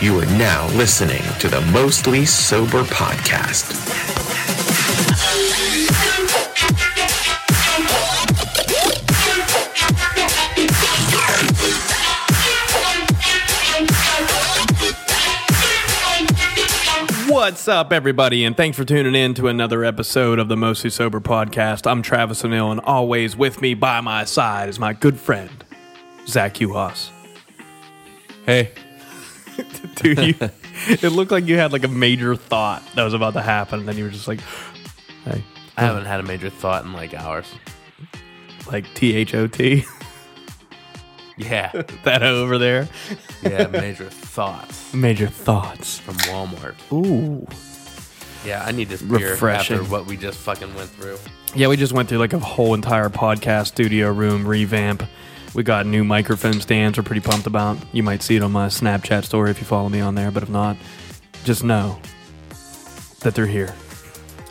You are now listening to the Mostly Sober Podcast. What's up, everybody, and thanks for tuning in to another episode of the Mostly Sober Podcast. I'm Travis O'Neill, and always with me by my side is my good friend, Zach Uhas. Hey, Dude, you, it looked like you had like a major thought that was about to happen, and then you were just like, hey, I haven't had a major thought in like hours. like T H O T, Yeah, that over there. yeah, major thoughts Major thoughts. from Walmart. Ooh. Yeah, I need this beer Refreshing. after what we just fucking went through. Yeah, we just went through like a whole entire podcast studio room revamp. We got new microphone stands we're pretty pumped about. You might see it on my Snapchat story if you follow me on there, but if not, just know that they're here.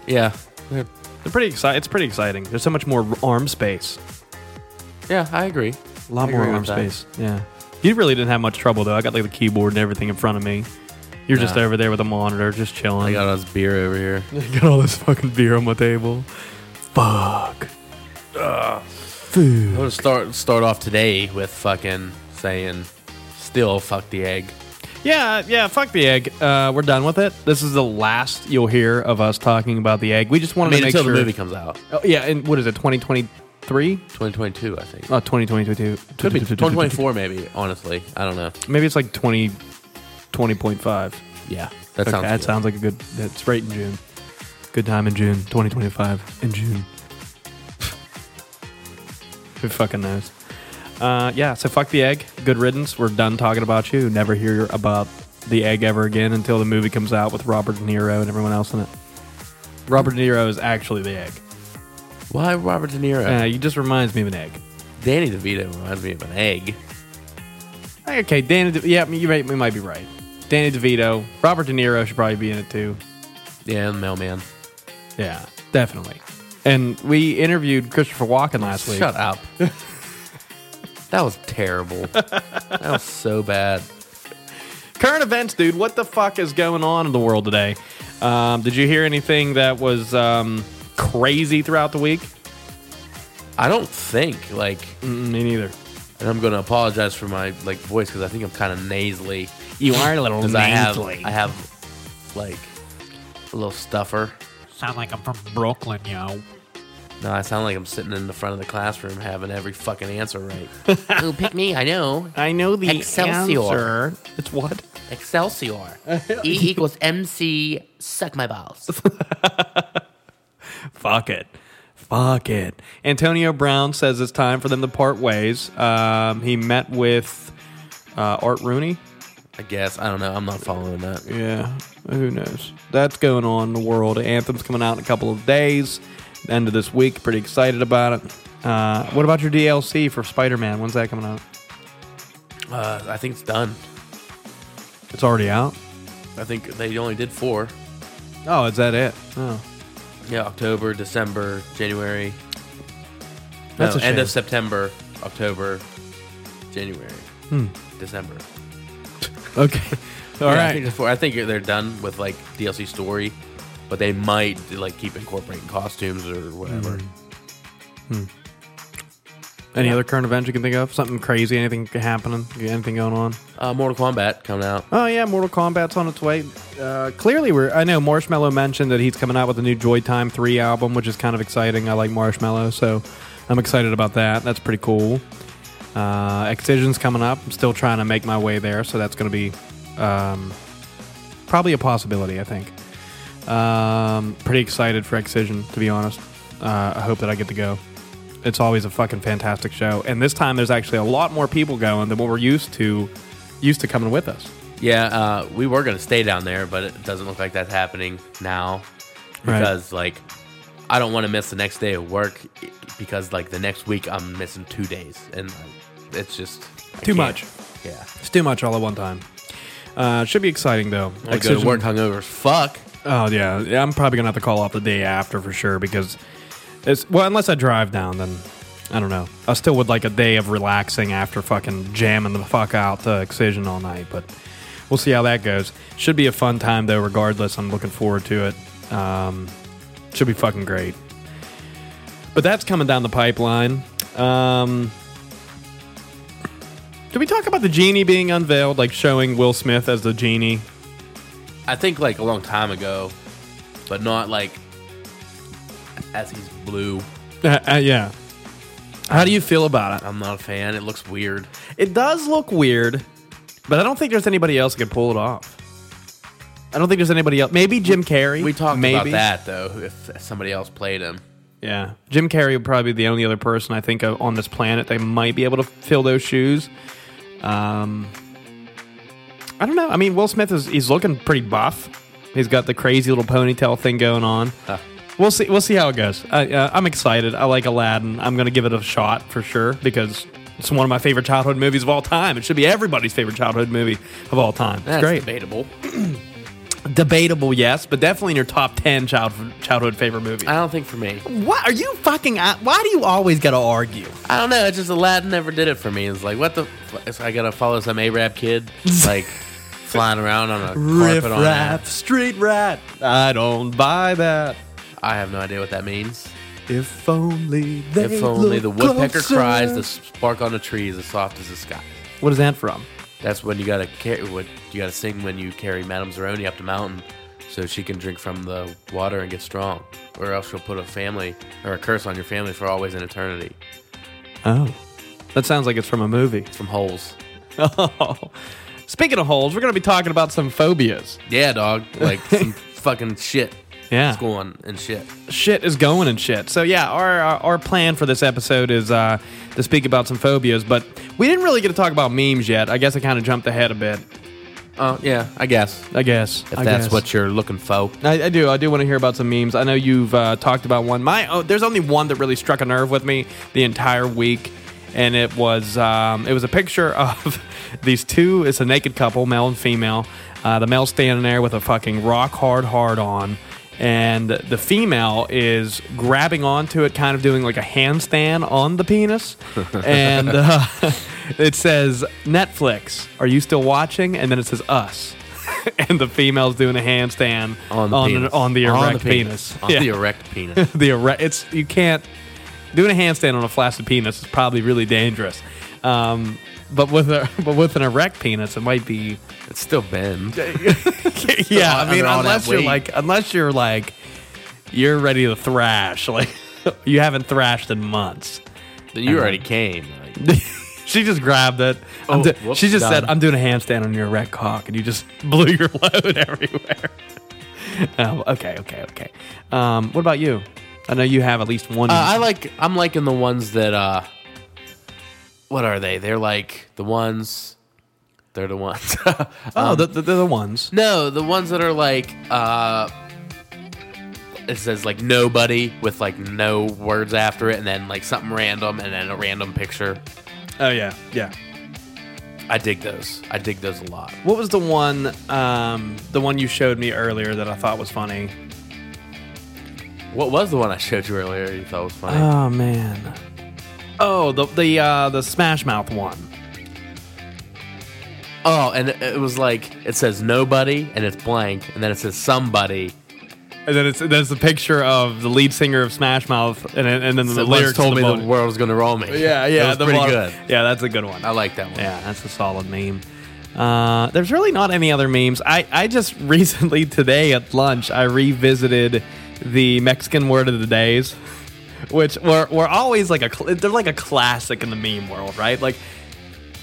Yeah, They're pretty exciting. It's pretty exciting. There's so much more arm space. yeah, I agree. A lot I more agree arm with that. space. Yeah. You really didn't have much trouble though. I got like the keyboard and everything in front of me. You're just Nah. over there with a monitor, just chilling. I got all this beer over here. got all this fucking beer on my table. Fuck. I'm gonna start start off today with fucking saying, still fuck the egg. Yeah, yeah, fuck the egg. Uh, we're done with it. This is the last you'll hear of us talking about the egg. We just I wanted mean, to make until sure. the movie comes out, Oh, yeah, and what is it, 2023? 2022, I think. Oh, 2022. Could be 2024, maybe. Honestly, I don't know. Maybe it's like 20, 20.5. Yeah, that Okay, sounds. that good. sounds like a good, that's right in June. Good time in June, 2025 in June. Who fucking knows? Uh, yeah, so fuck the egg. Good riddance. We're done talking about you. Never hear about the egg ever again until the movie comes out with Robert De Niro and everyone else in it. Robert De Niro is actually the egg. Why Robert De Niro? Uh, he just reminds me of an egg. Danny DeVito reminds me of an egg. Okay, Danny. De- yeah, you might, you might be right. Danny DeVito, Robert De Niro should probably be in it too. Yeah, and mailman. Yeah, definitely. And we interviewed Christopher Walken last week. Shut up. that was terrible. that was so bad. Current events, dude. What the fuck is going on in the world today? Um, did you hear anything that was um, crazy throughout the week? I don't think like, Mm, me neither. and I'm gonna apologize for my like voice because I think I'm kind of nasally. You are a little 'Cause I have I have like a little stuffer. Sound like I'm from Brooklyn, yo. No, I sound like I'm sitting in the front of the classroom having every fucking answer right. oh, pick me! I know I know the Excelsior. answer. It's what? Excelsior. e equals MC. Suck my balls. Fuck it. Fuck it. Antonio Brown says it's time for them to part ways. Um, he met with uh, Art Rooney. I guess I don't know. I'm not following that. Yeah, who knows? That's going on in the world. Anthem's coming out in a couple of days, end of this week. Pretty excited about it. Uh, what about your DLC for Spider Man? When's that coming out? Uh, I think it's done. It's already out. I think they only did four. Oh, is that it? Oh, Yeah, October, December, January. That's No, a end shame. of September, October, January, December. okay. Hmm. All Yeah, I right. think, it's four. I think they're done with like DLC story, but they might like keep incorporating costumes or whatever. Hmm. Any other current events you can think of? Something crazy? Anything happening? Anything going on? Uh, Mortal Kombat coming out. Oh yeah, Mortal Kombat's on its way. Uh, clearly, we're. I know Marshmallow mentioned that he's coming out with a new Joy Time Three album, which is kind of exciting. I like Marshmallow, so I'm excited about that. That's pretty cool. Uh, Excision's coming up. I'm still trying to make my way there, so that's going to be um, probably a possibility. I think. Um, pretty excited for Excision, to be honest. Uh, I hope that I get to go. It's always a fucking fantastic show, and this time there's actually a lot more people going than what we're used to, used to coming with us. Yeah, uh, we were gonna stay down there, but it doesn't look like that's happening now Right. because like I don't want to miss the next day of work i- because like the next week I'm missing two days and like, it's just I Too can't. much. Yeah, It's too much all at one time. Uh, should be exciting though. I go to Excision- work hungover. as Fuck. Oh yeah, Yeah, I'm probably gonna have to call off the day after for sure because it's well unless I drive down then I don't know. I still would like a day of relaxing after fucking jamming the fuck out to Excision all night, but we'll see how that goes. Should be a fun time though. Regardless, I'm looking forward to it. Um, should be fucking great. But that's coming down the pipeline. Um, did we talk about the genie being unveiled, like showing Will Smith as the genie? I think like a long time ago, but not like as he's blue. Uh, uh, yeah. How do you feel about it? I'm not a fan. It looks weird. It does look weird, but I don't think there's anybody else that could pull it off. I don't think there's anybody else. Maybe Jim Carrey. We talked maybe. about that though. If somebody else played him, Yeah, Jim Carrey would probably be the only other person I think of on this planet that might be able to fill those shoes. Um, I don't know. I mean, Will Smith is he's looking pretty buff. He's got the crazy little ponytail thing going on. We'll see. We'll see how it goes. I, uh, I'm excited. I like Aladdin. I'm gonna give it a shot for sure because it's one of my favorite childhood movies of all time. It should be everybody's favorite childhood movie of all time. It's that's great. debatable. Debatable, yes, but definitely in your top ten childhood childhood favorite movie. I don't think for me. What are you fucking? uh, Why do you always gotta argue? I don't know. It's just Aladdin never did it for me. It's like what the? F- it's- I gotta follow some Arab kid like flying around on a Riff carpet on. raff, a- street rat. I don't buy that. I have no idea what that means. If only they If look only the woodpecker closer. cries, the spark on the tree is as soft as the sky. What is that from? That's when you gotta carry. What you gotta sing when you carry Madame Zeroni up the mountain, so she can drink from the water and get strong, or else she'll put a family or a curse on your family for always and eternity. Oh, that sounds like it's from a movie. It's from holes. Oh. Speaking of holes, we're gonna be talking about some phobias. Yeah, dog. Like some fucking shit. Yeah. It's going and shit. shit is going and shit. So yeah, our our, our plan for this episode is uh, to speak about some phobias, but we didn't really get to talk about memes yet. I guess I kind of jumped ahead a bit. Oh yeah, I guess. I guess If I that's guess. what you're looking for. I, I do. I do want to hear about some memes. I know you've uh, talked about one. My oh, there's only one that really struck a nerve with me the entire week, and it was um, it was a picture of these two. It's a naked couple, male and female. Uh, the male's standing there with a fucking rock hard hard on, and the female is grabbing onto it, kind of doing like a handstand on the penis, and uh, it says Netflix. Are you still watching? And then it says us. and the female's doing a handstand On the penis. on the erect On penis. On Yeah. the erect penis. the erect. It's you can't doing a handstand on a flaccid penis is probably really dangerous. Um, but with a but with an erect penis, it might be. it's still bend. yeah, I mean, Under all that unless you're weight. like unless you're like you're ready to thrash, like you haven't thrashed in months. You already came. Like, she just grabbed it. I'm Oh, do- whoops, she just said, done. "I'm doing a handstand on your erect cock," and you just blew your load everywhere. Um, okay, okay, okay. Um, what about you? I know you have at least one. Uh, I like. I'm liking the ones that. uh What are they? They're like the ones. They're the ones. oh, the, the, the ones. no, the ones that are like. uh It says like nobody with like no words after it, and then like something random, and then a random picture. Oh yeah, yeah. I dig those. I dig those a lot. What was the one? Um, the one you showed me earlier that I thought was funny. What was the one I showed you earlier? You thought was funny. Oh man. Oh, the the uh, the Smash Mouth one. oh, and it, it was like it says nobody, and it's blank, and then it says somebody. And then it's there's the picture of the lead singer of Smash Mouth, and then- and then the So once lyrics told me the the world was gonna roll me. Yeah, It yeah, was the pretty bottom- good. Yeah, that's a good one. I like that one. Yeah, that's a solid meme. Uh, there's really not any other memes. I, I just recently today at lunch I revisited the Mexican word of the days, which were were always like a cl- they're like a classic in the meme world, right? Like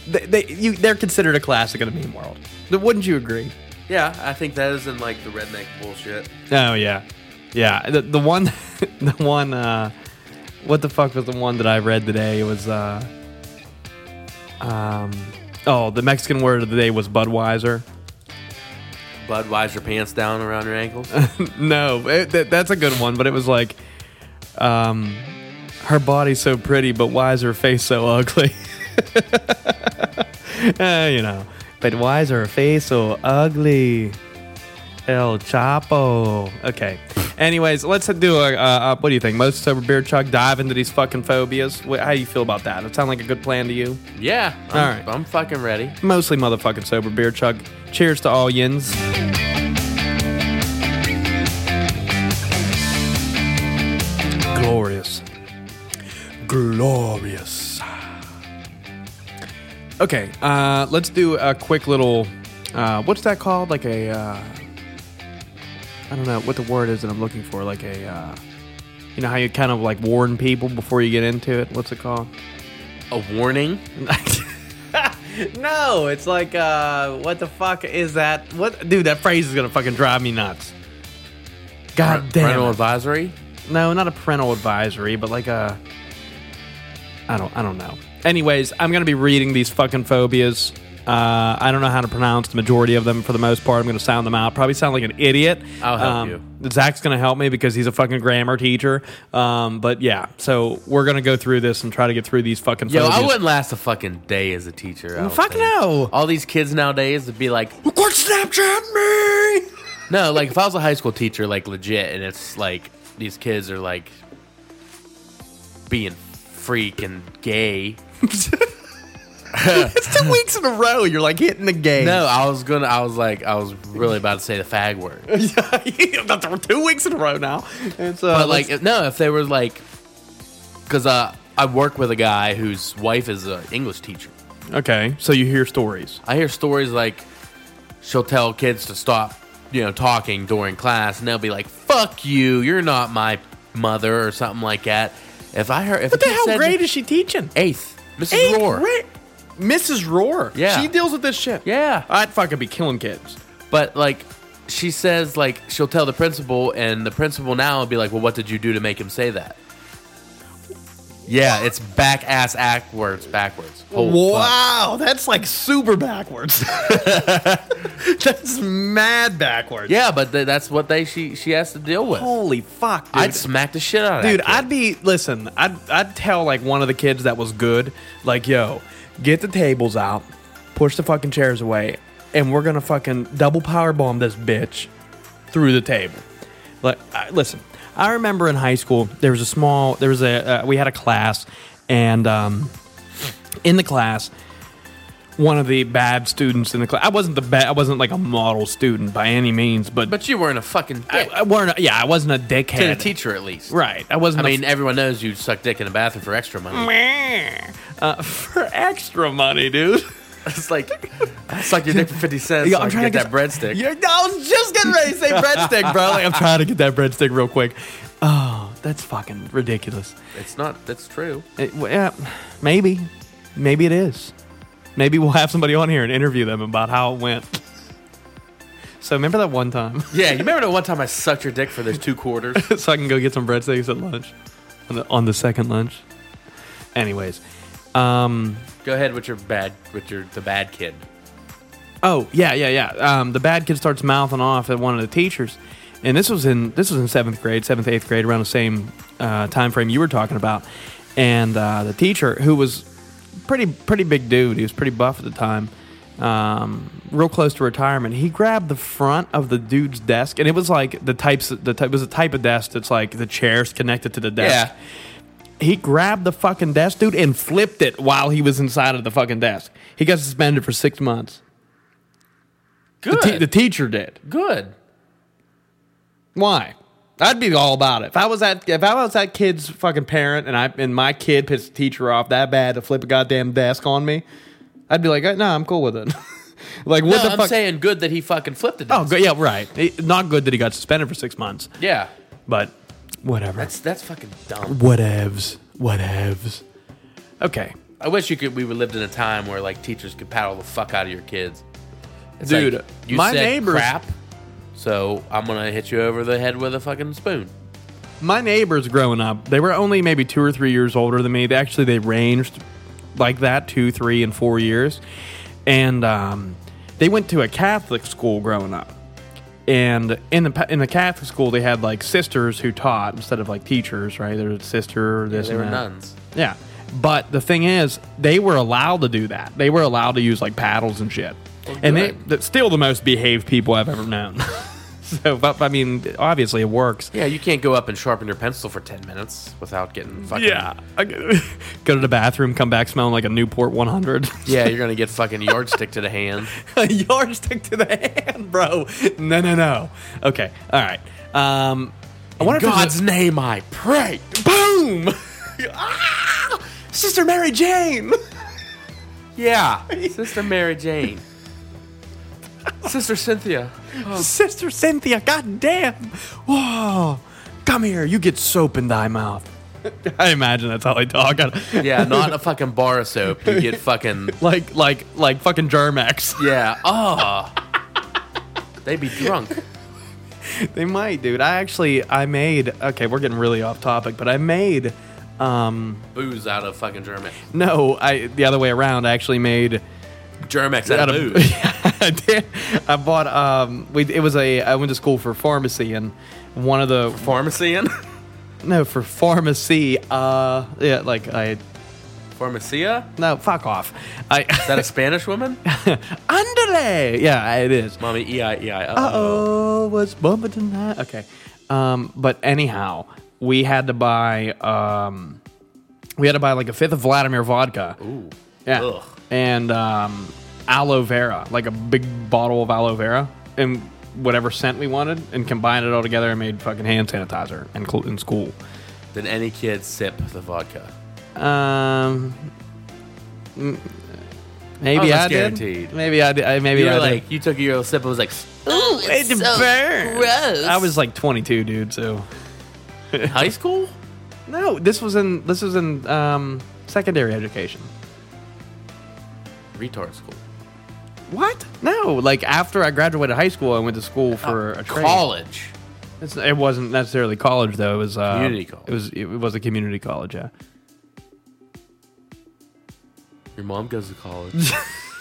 they, they you they're considered a classic in the meme world. Wouldn't you agree? Yeah, I think that is in like the redneck bullshit. Oh yeah, yeah. The, the one, the one. Uh, what the fuck was the one that I read today? It was. Uh, um, oh, the Mexican word of the day was Budweiser. Budweiser pants down around your ankles. No, it, that, that's a good one, but it was like, um, her body's so pretty, but why is her face so ugly? Uh, you know, but why is her face so ugly? El Chapo. Okay. Anyways, let's do a, uh, uh, what do you think? Most sober beer chug dive into these fucking phobias. Wh- How you feel about that? It sound like a good plan to you? Yeah. I'm, All right. I'm fucking ready. Mostly motherfucking sober beer chug. Cheers to all yins. Glorious. Glorious. Okay, uh, let's do a quick little. Uh, what's that called? Like a. Uh, I don't know what the word is that I'm looking for. Like a. Uh, you know how you kind of like warn people before you get into it? What's it called? A warning. no, it's like uh, what the fuck is that? What dude? That phrase is gonna fucking drive me nuts. God Pre- damn. Parental it. advisory. no, not a parental advisory, but like a. I don't. I don't know. Anyways, I'm gonna be reading these fucking phobias. Uh, I don't know how to pronounce the majority of them for the most part. I'm gonna sound them out. Probably sound like an idiot. I'll help Um, you. Zach's gonna help me because he's a fucking grammar teacher. Um, but yeah, so we're gonna go through this and try to get through these fucking. Yo, phobias. I wouldn't last a fucking day as a teacher. I don't Fuck think. no. All these kids nowadays would be like, "Quit Snapchat me!" No, like if I was a high school teacher, like legit, and it's like these kids are like being freak and gay. It's two weeks in a row. You're like hitting the game. No, I was gonna. I was like, I was really about to say the fag word. two weeks in a row now. uh, And so, But like, if- no, if they were like, because uh, I work with a guy whose wife is an English teacher. okay, so you hear stories. I hear stories like she'll tell kids to stop, you know, talking during class, and they'll be like, "Fuck you, you're not my mother" or something like that. If I heard, if What the hell grade is she teaching? eighth, Mrs. Rohr. Mrs. Roar. Yeah. she deals with this shit. Yeah, I'd fucking be killing kids. but like she says, like she'll tell the principal, and the principal now will be like, "Well, what did you do to make him say that?" Yeah, it's back ass backwards, backwards. Holy Oh, fuck. wow, that's like super backwards. that's mad backwards. Yeah, but th- that's what they she she has to deal with. Holy fuck, dude. I'd smack the shit out of Dude, that kid. I'd be listen. I'd I'd tell like one of the kids that was good, like yo, get the tables out, push the fucking chairs away, and we're gonna fucking double power bomb this bitch through the table. Like, I, listen, I remember in high school there was a small there was a uh, we had a class, and um, in the class one of the bad students in the class. I wasn't the bad. I wasn't like a model student by any means, but. But you weren't a fucking I, dick I weren't. Yeah, I wasn't a dickhead. to the teacher at least. Right. I wasn't. I a mean, everyone knows you suck dick in the bathroom for extra money. uh, for extra money, dude. It's like I suck your dick for fifty cents. so I can get that breadstick. Yeah, I was just getting ready to say breadstick, bro. Like, I'm trying to get that breadstick real quick. Oh, that's fucking ridiculous. It's not. That's true. It, well, yeah, maybe, maybe it is. Maybe we'll have somebody on here and interview them about how it went. So remember that one time, Yeah, you remember the one time I sucked your dick for those two quarters? so I can go get some breadsticks at lunch, on the, on the second lunch. Anyways, um, Go ahead with your bad, with your the bad kid. Oh yeah, yeah, yeah. Um, the bad kid starts mouthing off at one of the teachers, and this was in this was in seventh grade, seventh eighth grade, around the same uh, time frame you were talking about. And uh, the teacher, who was pretty pretty big dude, he was pretty buff at the time, um, real close to retirement. He grabbed the front of the dude's desk, and it was like the types the type it was a type of desk that's like the chairs connected to the desk. He grabbed the fucking desk, dude, and flipped it while he was inside of the fucking desk. He got suspended for six months. The, good, te- the teacher did. good. Why? I'd be all about it. If I was that, if I was that kid's fucking parent, and I and my kid pissed the teacher off that bad to flip a goddamn desk on me, I'd be like, no, I'm cool with it. like, what No, the I'm fuck? saying good that he fucking flipped it. oh, good. Yeah, right. It- not good that he got suspended for six months, Yeah, but whatever. that's that's fucking dumb. whatevs. Whatevs. Okay, I wish you could. We lived in a time where like teachers could paddle the fuck out of your kids. It's dude. like, you my said neighbors. crap, so I'm gonna hit you over the head with a fucking spoon. my neighbors growing up, they were only maybe two or three years older than me. They actually they ranged like that two, three, and four years, and um, they went to a Catholic school growing up. And in the pa- in the Catholic school, they had like sisters who taught instead of like teachers, right? There was a sister, or this, They and were that. nuns. Yeah, but the thing is, they were allowed to do that. They were allowed to use like paddles and shit. and they, good. that's still the most behaved people I've ever known. So, but I mean, obviously it works. Yeah, you can't go up and sharpen your pencil for ten minutes without getting fucking. I- go to the bathroom, come back smelling like a Newport 100. Yeah, you're gonna get fucking yardstick to the hand. a yardstick to the hand, bro. No, no, no. Okay, all right. Um, I wonder God's if name, I pray. there's a- boom. ah! Sister Mary Jane. Yeah, Sister Mary Jane, Sister Cynthia. Sister Cynthia, goddamn! Whoa, come here. You get soap in thy mouth. I imagine that's how they talk. Yeah, not a fucking bar of soap. You get fucking like, like, like fucking Germex. yeah. Ah, they'd be drunk. They might, dude. I actually, I made. Okay, we're getting really off topic, but I made. Um, Booze out of fucking Germex. no, I the other way around. I actually made. Germex out out of of- booze. I did. I bought. Um, we it was a. I went to school for pharmacy, and one of the Pharmacy in. no for pharmacy. Uh, yeah, like I Pharmacia? Is no fuck off. I that a Spanish woman? underlay. Yeah, it is. Mommy, E I E I. Uh oh, what's bumping tonight? Okay. Um, but anyhow, we had to buy um, we had to buy like a fifth of Vladimir vodka. Ooh. Yeah. Ugh. And um, aloe vera, like a big bottle of aloe vera, and whatever scent we wanted, and combined it all together and made fucking hand sanitizer in, cl- in school. Did any kid sip the vodka? Um. mm, Maybe Almost I did. Oh, guaranteed. Maybe I did. I- Maybe You I were did. like, you took your little sip. It was like, Ooh, it burns. I was like 22, dude. So high school? no, this was in this was in um, secondary education. Retard school. What? No, like after I graduated high school, I went to school for a trade. Uh, College. It's, it wasn't necessarily college though. It was uh, Community college. It was it was a community college. Yeah. Your mom goes to college.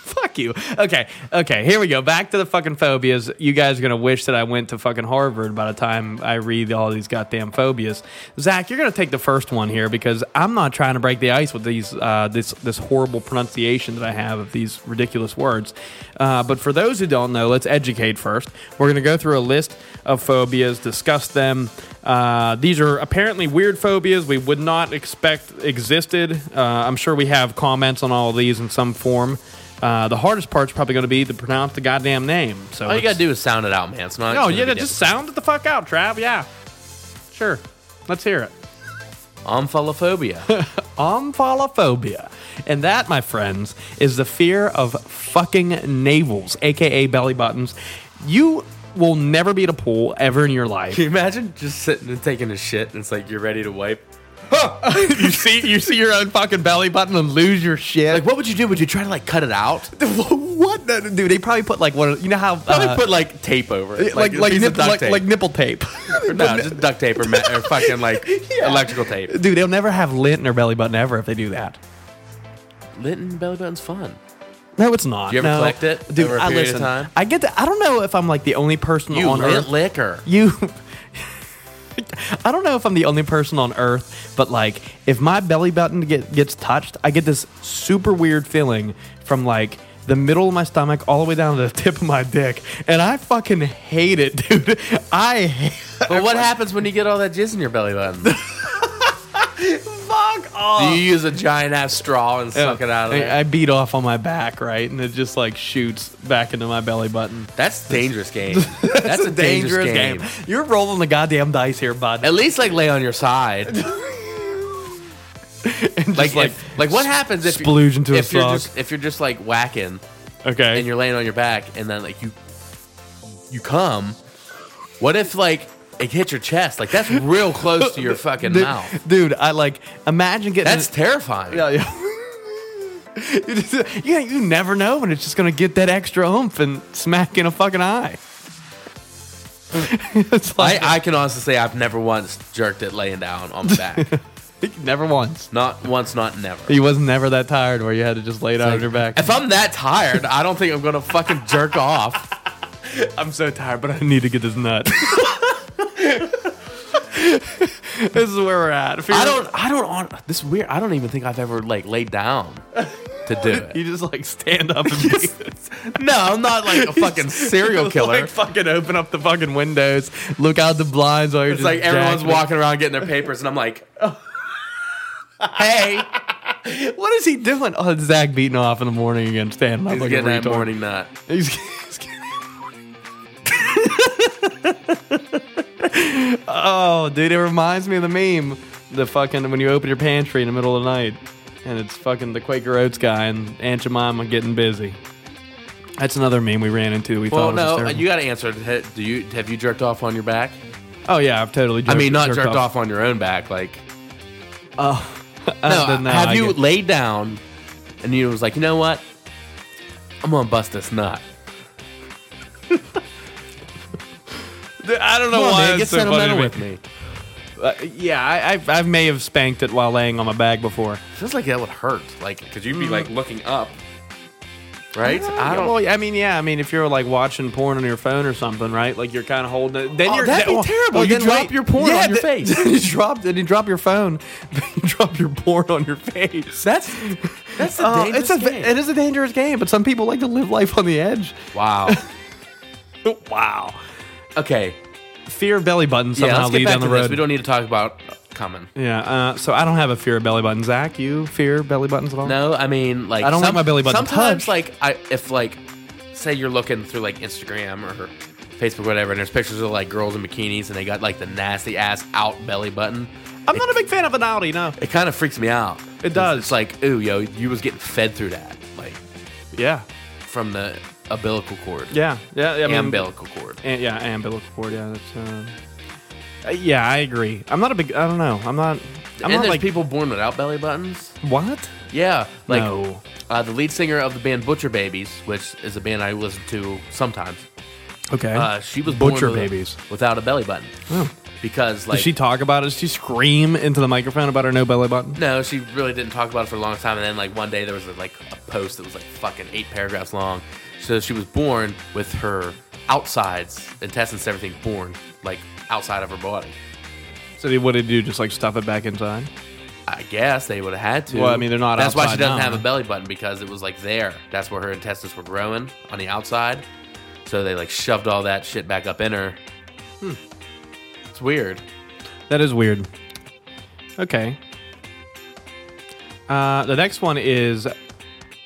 Fuck you. Okay. Okay. Here we go. Back to the fucking phobias. You guys are gonna wish that I went to fucking Harvard by the time I read all these goddamn phobias. Zach, you're gonna take the first one here because I'm not trying to break the ice with these uh, this this horrible pronunciation that I have of these ridiculous words. Uh, but for those who don't know, let's educate first. We're gonna go through a list of phobias, discuss them. Uh, these are apparently weird phobias we would not expect existed. Uh, I'm sure we have comments on all of these in some form. Uh, the hardest part's probably going to be to pronounce the goddamn name. So All you gotta let's- do is sound it out, man. It's not. No, it's Oh, yeah, gonna be just sound it the fuck out, Trav. Yeah, sure. Let's hear it. difficult. Omphallophobia. Omphalophobia, and that, my friends, is the fear of fucking navels, aka belly buttons. You will never be at a pool ever in your life. Can you imagine just sitting and taking a shit and it's like you're ready to wipe? you see, you see your own fucking belly button and lose your shit. Like, what would you do? Would you try to like cut it out? what, the, dude? They probably put like one. of- You know how Probably uh, put like tape over it, like a like piece of nip- duct like, tape. like nipple tape. no, just duct tape or, ma- or fucking like electrical tape. Dude, they'll never have lint in their belly button ever if they do that. Linton belly button's fun. No, it's not. You ever no. collect it dude? over a I period of listen. time? I get. To, I don't know if I'm like the only person You on lit earth. liquor. You. I don't know if I'm the only person on earth, but like, if my belly button get, gets touched, I get this super weird feeling from like the middle of my stomach all the way down to the tip of my dick, and I fucking hate it, dude. I hate. But what happens when you get all that jizz in your belly button? Do Fuck off. you use a giant ass straw and suck it out of I- there? I beat off on my back, right, and it just like shoots back into my belly button. That's dangerous game. That's, a dangerous, game. You're rolling the goddamn dice here, bud. At least like lay on your side. like like, like if, like what happens if you- splooge into a if you're sock. just if you're just like whacking Okay. and you're laying on your back and then like you you come. What if like it hits your chest? Like that's real close to your fucking dude, mouth. dude, I like imagine getting That's terrifying. yeah, yeah. You just- yeah, you never know when it's just gonna get that extra oomph and smack in a fucking eye. it's I, like I can honestly say I've never once jerked it laying down on my back. never once. not once, not never. You was never that tired where you had to just lay down on your back. If I'm that tired, I don't think I'm gonna fucking jerk off. I'm so tired, but I need to get this nut. this is where we're at. If you're- I don't. I don't. hon- This is weird. I don't even think I've ever like laid down. to do it. You just like stand up and be- No, I'm not like a fucking serial Just, killer. Like fucking open up the fucking windows, look out the blinds while you're it's just like everyone's jacking- walking around getting their papers, and I'm like, hey, What is he doing? Oh, it's Zach beating off in the morning again, standing up he's like getting a that retard. morning nut. He's, he's getting- oh, dude, it reminds me of the meme. The fucking when you open your pantry in the middle of the night, and it's fucking the Quaker Oats guy and Aunt Jemima getting busy. That's another meme we ran into. that We Well, thought was no, hysterical. you got to answer. Ha- Do you have you jerked off on your back? Oh yeah, I've totally. Jerked, I mean, not jerked, off. on your own back. Like, Oh, no, then, no, have I you get- laid down and you was like, you know what? I'm gonna bust this nut. I don't know Come on, why man, get it's so funny to sentimental me. with me. Uh, yeah, I, I, I may have spanked it while laying on my back before. Feels like that would hurt. Like, cause you'd be like looking up, right? Mm. I don't. Well, I mean, yeah. I mean, if you're like watching porn on your phone or something, right? Like you're kind of holding it. Then Oh, you're that'd be well, terrible. Well, you Then drop wait. your porn Yeah, on your th- face. you drop. Then you drop your phone. you drop your porn on your face. That's that's Oh, a Uh, dangerous it's a game. it is a dangerous game, but some people like to live life on the edge. wow. wow. Okay. Fear of belly button Yeah, somehow let's lead get back down the to road. this. We don't need to talk about coming. yeah. Uh, so I don't have a fear of belly button. Zach, you fear belly buttons at all? No, I mean like I don't like my belly button Sometimes touched. like I if like say you're looking through like Instagram or Facebook whatever, and there's pictures of like girls in bikinis and they got like the nasty ass out belly button. I'm not a big fan of anality. No. It kind of freaks me out. It does. It's like ooh yo, you was getting fed through that like Yeah. from the umbilical cord. Yeah. Yeah. I mean, umbilical cord. An- yeah, umbilical cord. Yeah, that's. Uh, uh, yeah, I agree. I'm not a big. I don't know. I'm not. I'm and not there's like people born without belly buttons. what? Yeah, like no. uh, the lead singer of the band Butcher Babies, which is a band I listen to sometimes. Okay. Uh, she was Butcher born with- Babies. without a belly button Oh. because like Did she talk about it? Did she scream into the microphone about her no belly button? no, she really didn't talk about it for a long time. And then like one day there was like a post that was like fucking eight paragraphs long. So she was born with her outsides, intestines, everything born like outside of her body. So did- what did you do? Just like stuff it back inside? I guess they would have had to. Well, I mean, they're not That's why she outside doesn't now. have a belly button because it was like there. That's where her intestines were growing on the outside. So they like shoved all that shit back up in her. Hmm. It's weird. That is weird. Okay. Uh, the next one is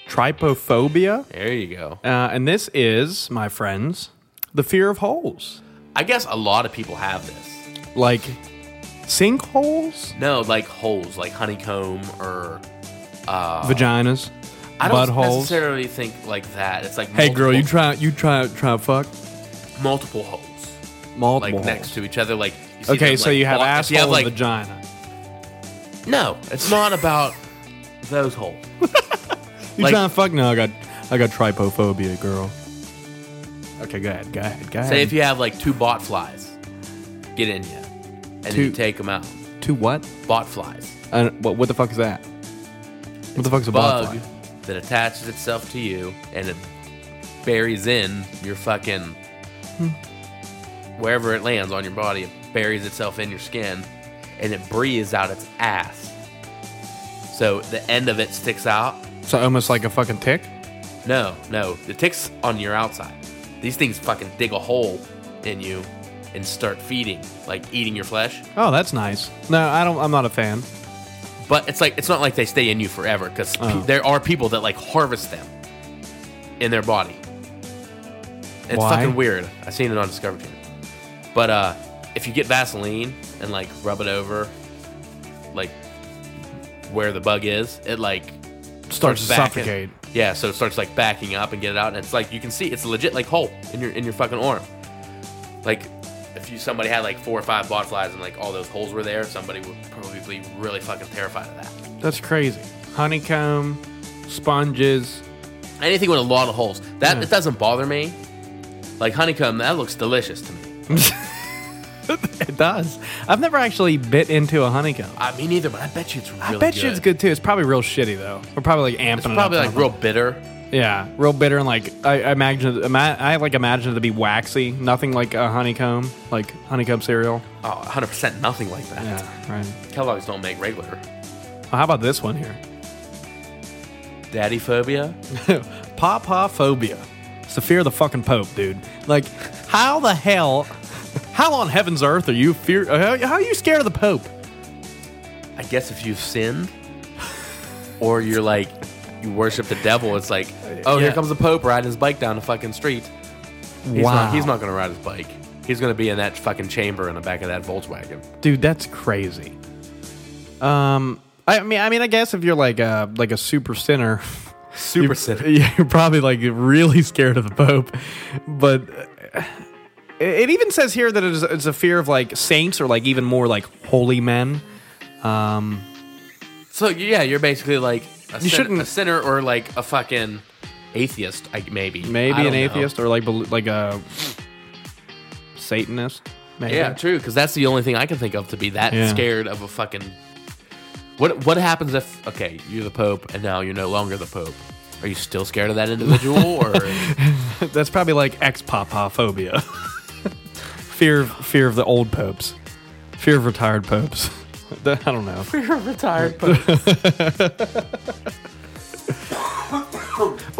trypophobia, There you go. uh, and this is my friends the fear of holes, I guess a lot of people have this. like sinkholes, No, like holes, like honeycomb or Uh, vaginas, I don't buttholes. necessarily think like that. It's like Hey, girl, you multiple- try, you try, try to fuck multiple holes like multiple. next to each other. Like you see okay, them, so like, you have walk- if asshole you have, like, and vagina. No, it's not about those holes. You like- trying to fuck? No, I got, I got trypophobia, girl. Okay, go ahead, go ahead, go ahead. Say if you have like two bot flies get in you, and then you Two- take them out. to what? Bot flies, Uh, what? What the fuck is that? What the fuck is a bug butterfly? that attaches itself to you and it buries in your fucking wherever it lands on your body. It buries itself in your skin, and it breathes out its ass. So the end of it sticks out. So almost like a fucking tick. No, no, the ticks on your outside. These things fucking dig a hole in you and start feeding, like eating your flesh. Oh, that's nice. No, I don't. I'm not a fan. But it's like it's not like they stay in you forever because Oh. there are people that like harvest them in their body. It's Why? fucking weird. I seen it on Discovery Channel. But uh, if you get Vaseline and like rub it over, like where the bug is, it like Starts to backing- suffocate. Yeah, so it starts like backing up and get it out, and it's like you can see it's a legit like hole in your in your fucking arm. Like if you somebody had like four or five botflies and like all those holes were there, somebody would probably be really fucking terrified of that. That's crazy. Honeycomb, sponges. anything with a lot of holes. That it doesn't bother me. Like honeycomb, that looks delicious to me. It does. I've never actually bit into a honeycomb. I me neither, but I bet you it's really. I bet you it's good too. It's probably real shitty though. We're probably like amping It's it up probably to like nothing. real bitter. Yeah, real bitter and like I, I imagine it, ima- I like imagine it to be waxy, nothing like a honeycomb, like honeycomb cereal. Oh, 100 percent nothing like that. Yeah, right. Kellogg's don't make regular. Well, how about this one here? Daddy phobia? Papa phobia. It's the fear of the fucking Pope, dude. Like, how the hell, how on heaven's earth are you fear? uh, How, how are you scared of the Pope? I guess if you've sinned, or you're like, you worship the devil, it's like, oh, Yeah. here comes the Pope riding his bike down the fucking street. He's Wow. Not, he's not going to ride his bike. He's going to be in that fucking chamber in the back of that Volkswagen. Dude, that's crazy. Um, I mean, I mean, I guess if you're like a like a super sinner, Super you're, sinner. you're probably like really scared of the Pope. But uh, it it even says here that it is, it's a fear of like saints or like even more like holy men. Um, So, yeah, you're basically like a, You sin- shouldn't- a sinner or like a fucking atheist, I, maybe. I maybe don't an know. atheist or like bel- like a Satanist. Maybe. Yeah, true. Because that's the only thing I can think of to be that Yeah. scared of a fucking. What What happens if okay, you're the Pope and now you're no longer the Pope? Are you still scared of that individual, or That's probably like ex papa phobia. fear of, fear of the old popes. Fear of retired popes. I don't know. you're a retired Pope?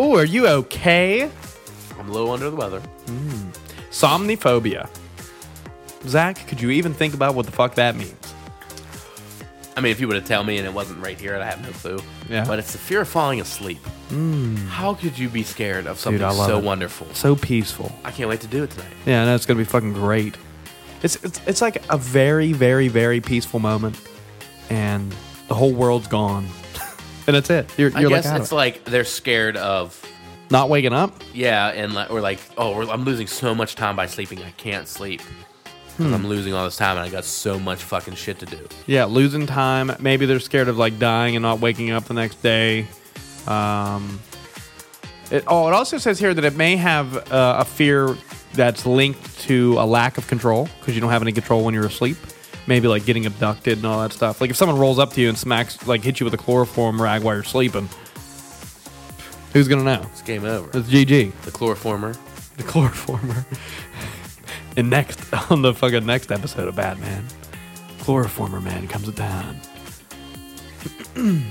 Oh, are you okay? I'm low under the weather. Somniphobia. Zach, could you even think about what the fuck that means? I mean, if you would have tell me and it wasn't right here, I'd have no clue. Yeah. Hmm. But it's the fear of falling asleep. How could you be scared of something I love so it. wonderful? So peaceful. I can't wait to do it tonight. Yeah, no, it's gonna be fucking great. It's it's, it's like a very very very peaceful moment, and the whole world's gone, and that's it. You're, I you're guess like, "Out it's of like they're scared of it." not waking up. Yeah, and like, or like, oh, we're, I'm losing so much time by sleeping. I can't sleep. 'Cause Hmm. I'm losing all this time, and I got so much fucking shit to do. Yeah, losing time. Maybe they're scared of like dying and not waking up the next day. Um, it, oh, it also says here that it may have uh, a fear that's linked to a lack of control because you don't have any control when you're asleep. Maybe like getting abducted and all that stuff. Like if someone rolls up to you and smacks, like hits you with a chloroform rag while you're sleeping, who's gonna know? It's game over. It's GG, The chloroformer. the chloroformer. and next on the fucking next episode of Batman, chloroformer man comes to town.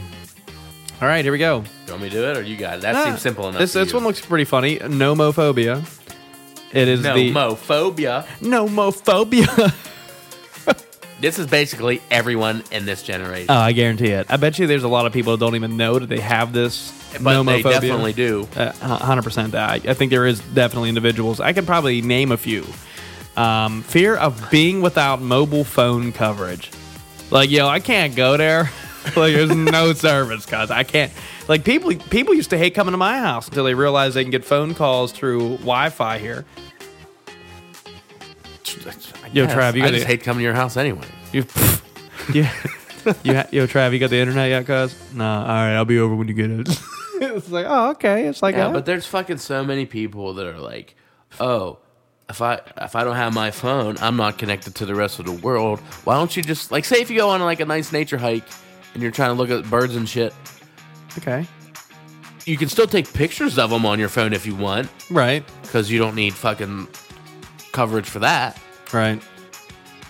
all right, here we go. You want me to do it, or you got it? That Ah, seems simple enough. This, to this you. one looks pretty funny. Nomophobia. It is no the mo phobia. nomophobia. This is basically everyone in this generation, oh, I guarantee it. I bet you there's a lot of people that don't even know that they have this but nomophobia. they definitely do. Uh, 100% that. I, I think there is definitely individuals. I can probably name a few. Um, fear of being without mobile phone coverage. Like, yo, I can't go there. like, there's no service, cuz I can't. Like, people people used to hate coming to my house until they realized they can get phone calls through Wi-Fi here. Yo, Yes, Trav, you I got just the, hate coming to your house anyway. you, you, you, ha- yo, Trav, you got the internet yet, cuz? Nah, all right, I'll be over when you get it. it's like, oh, okay. It's like, Yeah, oh, Uh, but there's fucking so many people that are like, oh. If I if I don't have my phone, I'm not connected to the rest of the world. Why don't you just like say if you go on like a nice nature hike and you're trying to look at birds and shit, okay. you can still take pictures of them on your phone if you want Right. because you don't need fucking coverage for that. Right.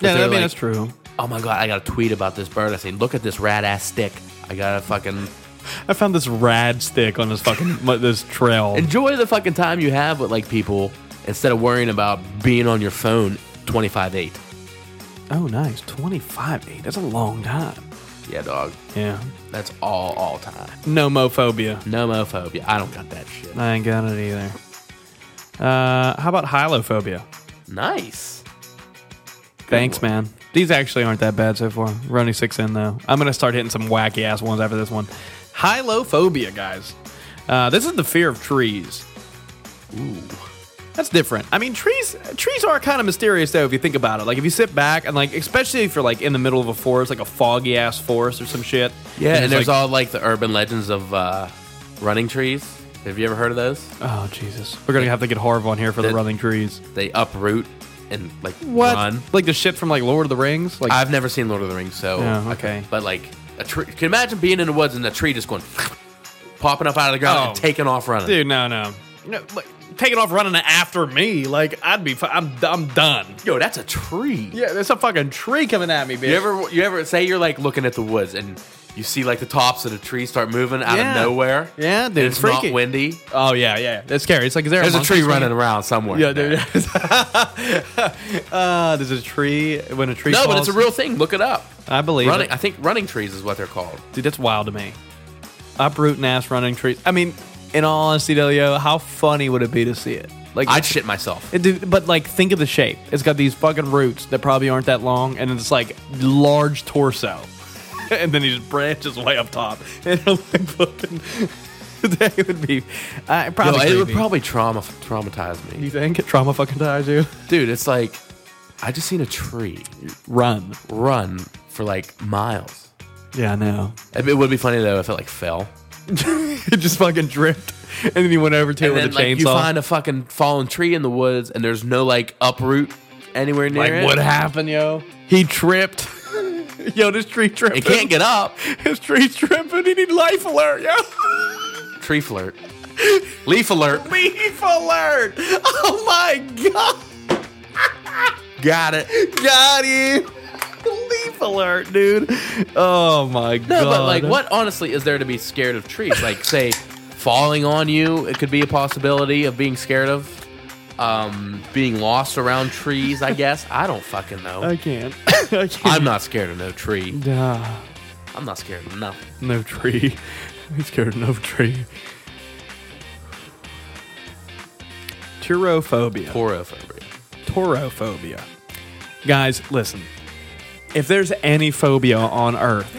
Yeah, I they're mean like- that's true. Oh my god, I got a tweet about this bird. I said, look at this rad ass stick. I got to fucking I found this rad stick on this fucking mu- this trail. enjoy the fucking time you have with like people instead of worrying about being on your phone 25 8. oh, nice, twenty five eight. That's a long time. Yeah, dog. Yeah. That's all, all time. Nomophobia. Nomophobia. I don't got that shit. I ain't got it either. Uh, how about hylophobia? Nice. Thanks, one. man. These actually aren't that bad so far. We're only six in though. I'm gonna start hitting some wacky ass ones after this one. Hylophobia, guys. Uh, this is the fear of trees. That's different. I mean, trees trees are kind of mysterious though if you think about it. Like if you sit back and like, especially if you're like in the middle of a forest, like a foggy ass forest or some shit. Yeah, and there's like- all like the urban legends of uh, running trees. Have you ever heard of those? oh Jesus, we're gonna have to get Harv on here for the That- running trees. They uproot and like run. Like the shit from like Lord of the Rings. Like I've never seen Lord of the Rings, so Yeah, okay. But like a tree, can you imagine being in the woods and a tree just going popping up out of the ground Oh. and taking off running. Dude, no, no. No, like, taking off running after me, like I'd be, fu- I'm, I'm done. Yo, that's a tree. Yeah, there's a fucking tree coming at me, bitch. You ever you ever say you're like looking at the woods and you see like the tops of the trees start moving out Yeah. of nowhere. Yeah, And dude, it's freaky. not windy. Oh yeah, yeah. That's scary. It's like is there There's a monkey tree swinging? running around somewhere. Yeah, there is. uh, there's a tree when a tree. No, but it's falls- a real thing. Look it up. I believe Running, it. I think running trees is what they're called. dude. That's wild to me. Uprooting ass running trees. I mean, in all honesty, Delio, how funny would it be to see it? Like, I'd shit myself. it, dude, but like, think of the shape. It's got these fucking roots that probably aren't that long, and it's like large torso, and then he just branches way up top. And I'm like, fucking, that would be. I Yo, probably it would creepy. probably trauma traumatize me, You think trauma fucking tires you? dude. It's like I just seen a tree Run. run for like miles. Yeah, I know. I mean, It would be funny though if it like fell. it just fucking dripped, and then he went over to it And with then a like chainsaw. you find a fucking fallen tree in the woods, and there's no like uproot anywhere near like it. what happened, yo? He tripped. yo, this tree tripped. It can't get up. His tree's tripping. He need life alert, yo. Tree flirt. Leaf alert. Leaf alert. Oh my god. Got it. Got him. Leaf alert, dude. Oh my god. No, but like, what honestly is there to be scared of trees? Like, say, falling on you, it could be a possibility of being scared of. Um, being lost around trees, I guess. I don't fucking know. I can't. I can't. I'm not scared of no tree. Ah, I'm not scared of nothing. no tree. I'm scared of no tree. Turophobia. Porophobia. Torophobia. Guys, listen. If there's any phobia on earth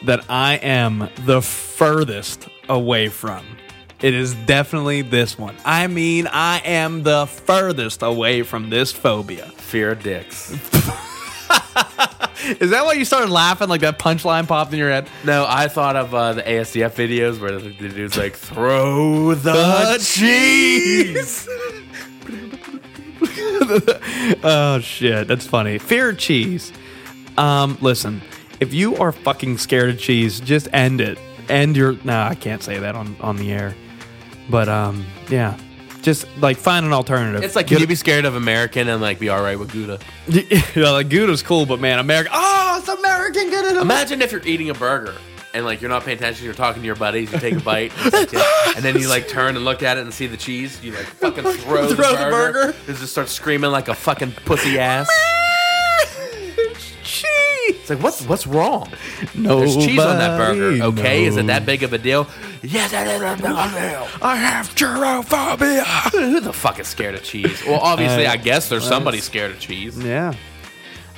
that I am the furthest away from, it is definitely this one. I mean, I am the furthest away from this phobia. Fear of dicks. Is that why you started laughing like that punchline popped in your head? No, I thought of uh, the ASDF videos where the the dude's like, throw the cheese. oh shit, that's funny. Fear of cheese. Um, listen, if you are fucking scared of cheese, just end it. End your. Nah, I can't say that on on the air. But um, yeah, just like find an alternative. It's like, can you be scared of American and like be all right with Gouda? yeah, like Gouda's cool, but man, America. Oh, it's American Gouda. Imagine if you're eating a burger and like you're not paying attention, you're talking to your buddies, you take a bite, and, it's like, yeah. And then you like turn and look at it and see the cheese, you like fucking throw, the, Throw the burger, burger. and just start screaming like a fucking pussy ass. cheese. It's like what's what's wrong? No, There's cheese on that burger. Okay, is it that big of a deal? Yes, that is a big deal. I have gyrophobia. Who the fuck is scared of cheese? Well, obviously, Uh, I guess there's somebody it's- scared of cheese. Yeah.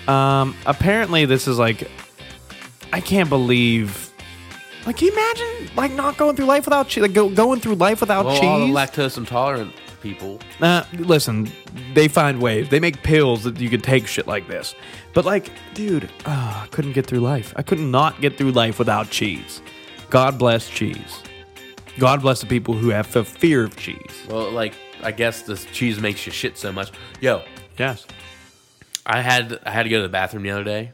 Um. Apparently, this is like. I can't believe. Like, can you imagine like not going through life without cheese? Like go, going through life without Well, cheese. all the lactose intolerant people. Uh, listen, they find ways. They make pills that you could take shit like this. But like, dude, ah, I couldn't get through life. I could not get through life without cheese. God bless cheese. God bless the people who have the fear of cheese. Well, like I guess this cheese makes you shit so much. Yo, Yes. I had I had to go to the bathroom the other day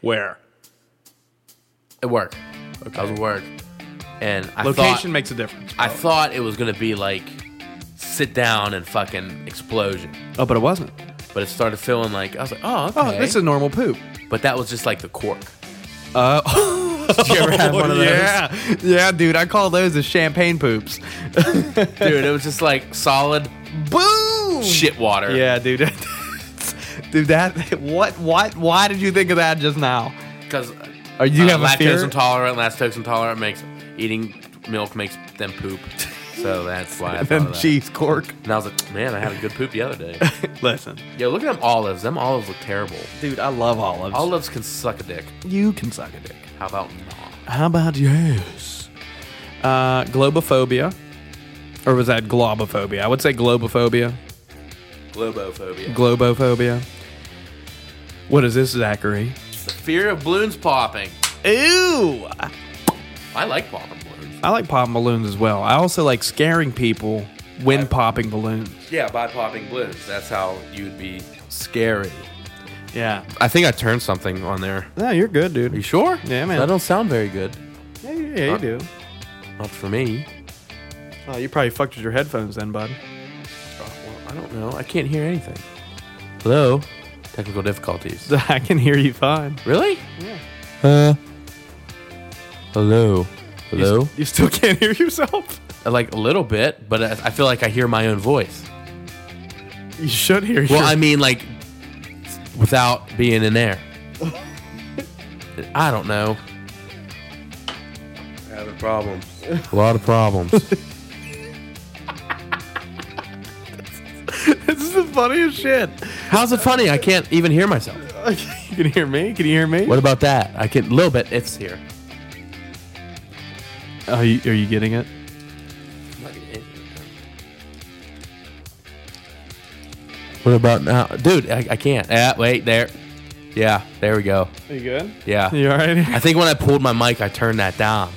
Where? at work. Okay, I was at work, and I Location thought makes a difference. I bro. thought it was gonna be like sit down and fucking explosion, oh, but it wasn't. but it started feeling like I was like, oh, Oh, okay. this is normal poop. but that was just like the cork. Uh, Did you ever have one of those? Yeah, yeah, dude. I call those the champagne poops. Dude, it was just like solid Boom. shit water. Yeah, dude. dude, that what? What? Why did you think of that just now? Because Are you have a uh, lactose fear? intolerant? Lactose intolerant makes eating milk makes them poop. So that's why I thought Them of that. cheese cork. And I was like, man, I had a good poop the other day. Listen, Yo, look at them olives. Them olives look terrible. dude, I love olives. Olives can suck a dick. you can suck a dick. How about not? How about yes? Uh, globophobia, or was that globophobia? I would say globophobia. Globophobia. Globophobia. What is this, Zachary? the fear of balloons popping. Ew. I like popping balloons. I like popping balloons as well. I also like scaring people when popping balloons. Yeah, by popping balloons. That's how you'd be scary. Yeah. I think I turned something on there. No, you're good, dude. You sure? Yeah, man. That don't sound very good. yeah, yeah, you do. Not for me. Oh, you probably fucked with your headphones then, bud. Oh, well, I don't know. I can't hear anything. Hello? Technical difficulties. I can hear you fine. Really? Uh, Hello. Hello. You still can't hear yourself? uh, Like a little bit, but I I feel like I hear my own voice. You should hear Well, your- I mean, like without being in there. I don't know. Having problems. A lot of problems. this is the funniest shit. How's it funny? I can't even hear myself. you can hear me? Can you hear me? What about that? I can a little bit. It's here. Oh, Are you, are you getting it? What about now, dude? I, I can't. Yeah, wait there. Yeah, there we go. Are you good? Yeah. You all right? I think when I pulled my mic, I turned that down.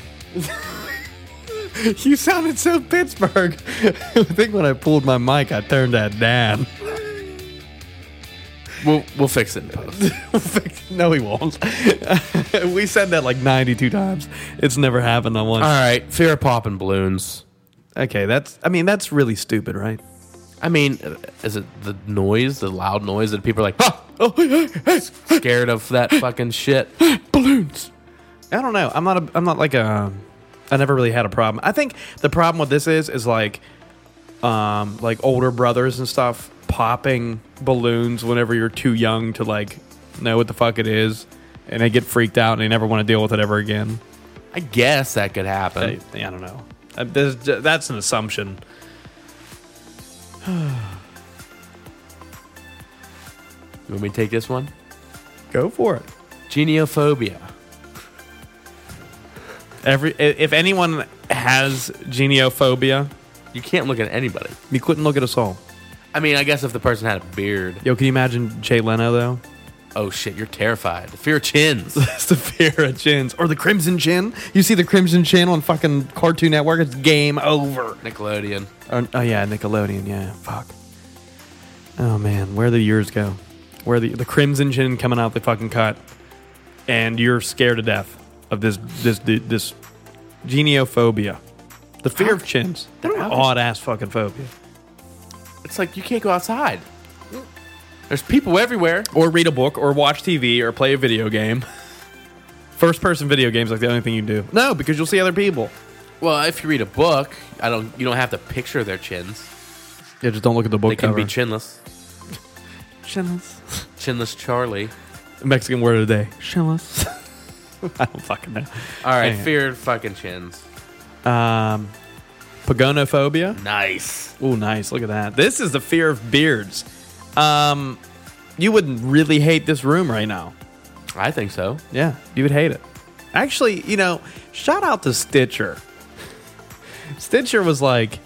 you sounded so Pittsburgh. I think when I pulled my mic, I turned that down. We'll we'll fix it. In post. no, he won't. we said that like 92 times. It's never happened on one. All right. Fear of popping balloons. Okay, that's. I mean, that's really stupid, right? I mean, uh, is it the noise, the loud noise that people are like, "Huh, oh, scared of that fucking shit? balloons. I don't know. I'm not. A, I'm not like a. I never really had a problem. I think the problem with this is is like, um, like older brothers and stuff popping balloons whenever you're too young to like know what the fuck it is, and they get freaked out and they never want to deal with it ever again. I guess that could happen. I, I don't know. Uh, there's- That's an assumption. You want me to take this one? Go for it. Geniophobia. Every i- if anyone has geniophobia, You can't look at anybody. you couldn't look at us all. I mean, I guess if the person had a beard. Yo, can you imagine Jay Leno though? Oh shit, you're terrified. The fear of chins. It's the fear of chins or the crimson chin. You see the crimson chin on fucking Cartoon Network. It's game over. Nickelodeon. Or, oh yeah, Nickelodeon. Yeah, fuck. Oh man, where the years go? Where the the crimson chin coming out the fucking cut, and you're scared to death of this this this, this geniophobia, the fear of chins. They're an odd ass fucking phobia. It's like you can't go outside. There's people everywhere. Or read a book, or watch TV, or play a video game. First person video games like the only thing you do. No, because you'll see other people. Well, if you read a book, I don't. You don't have to picture their chins. Yeah, just don't look at the book They can be chinless. Shillas. Chinless Charlie. Mexican word of the day. Shillas. I don't fucking know. All right, Dang it. fear fucking chins. Um, pagonophobia. Nice. Ooh, nice. Look at that. This is the fear of beards. Um, you would really hate this room right now. I think so. Yeah, you would hate it. Actually, you know, shout out to Stitcher. Stitcher was like,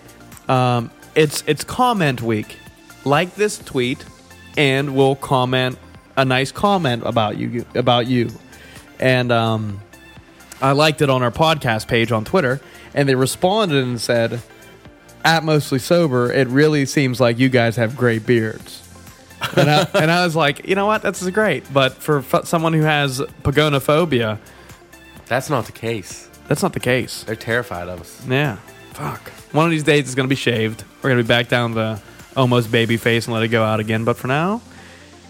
um, it's it's comment week. Like this tweet, and we'll comment a nice comment about you about you. And um, I liked it on our podcast page on Twitter, and they responded and said, "At mostly sober, it really seems like you guys have great beards." and, I, and I was like, you know what, that's great. But for f- someone who has pagonophobia, That's not the case. that's not the case. They're terrified of us. Yeah. Fuck. One of these days it's going to be shaved. We're going to be back down the almost baby face and let it go out again. But for now,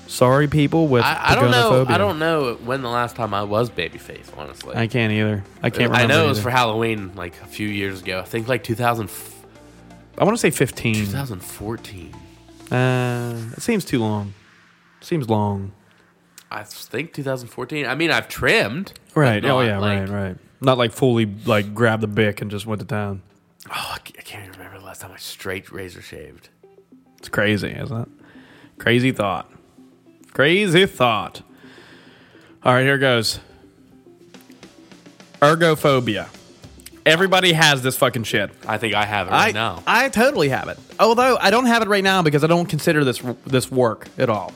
sorry people with I, I don't know. pagonophobia. I don't know when the last time I was babyface. Honestly, I can't either. I can't remember. I know it was either. for Halloween like a few years ago. I think like 2000, I want to say 15. Uh, 2014. it seems too long. Seems long. I think 2014. I mean, I've trimmed. but Right. oh not, yeah, like- right, right. Not like fully like grab the bick and just went to town. Oh, I ca- I can't even remember the last time I straight razor shaved. It's crazy, isn't it? Crazy thought. Crazy thought. All right, here goes. Ergophobia. Everybody has this fucking shit. I think I have it right now. I totally have it. Although I don't have it right now because I don't consider this this work at all.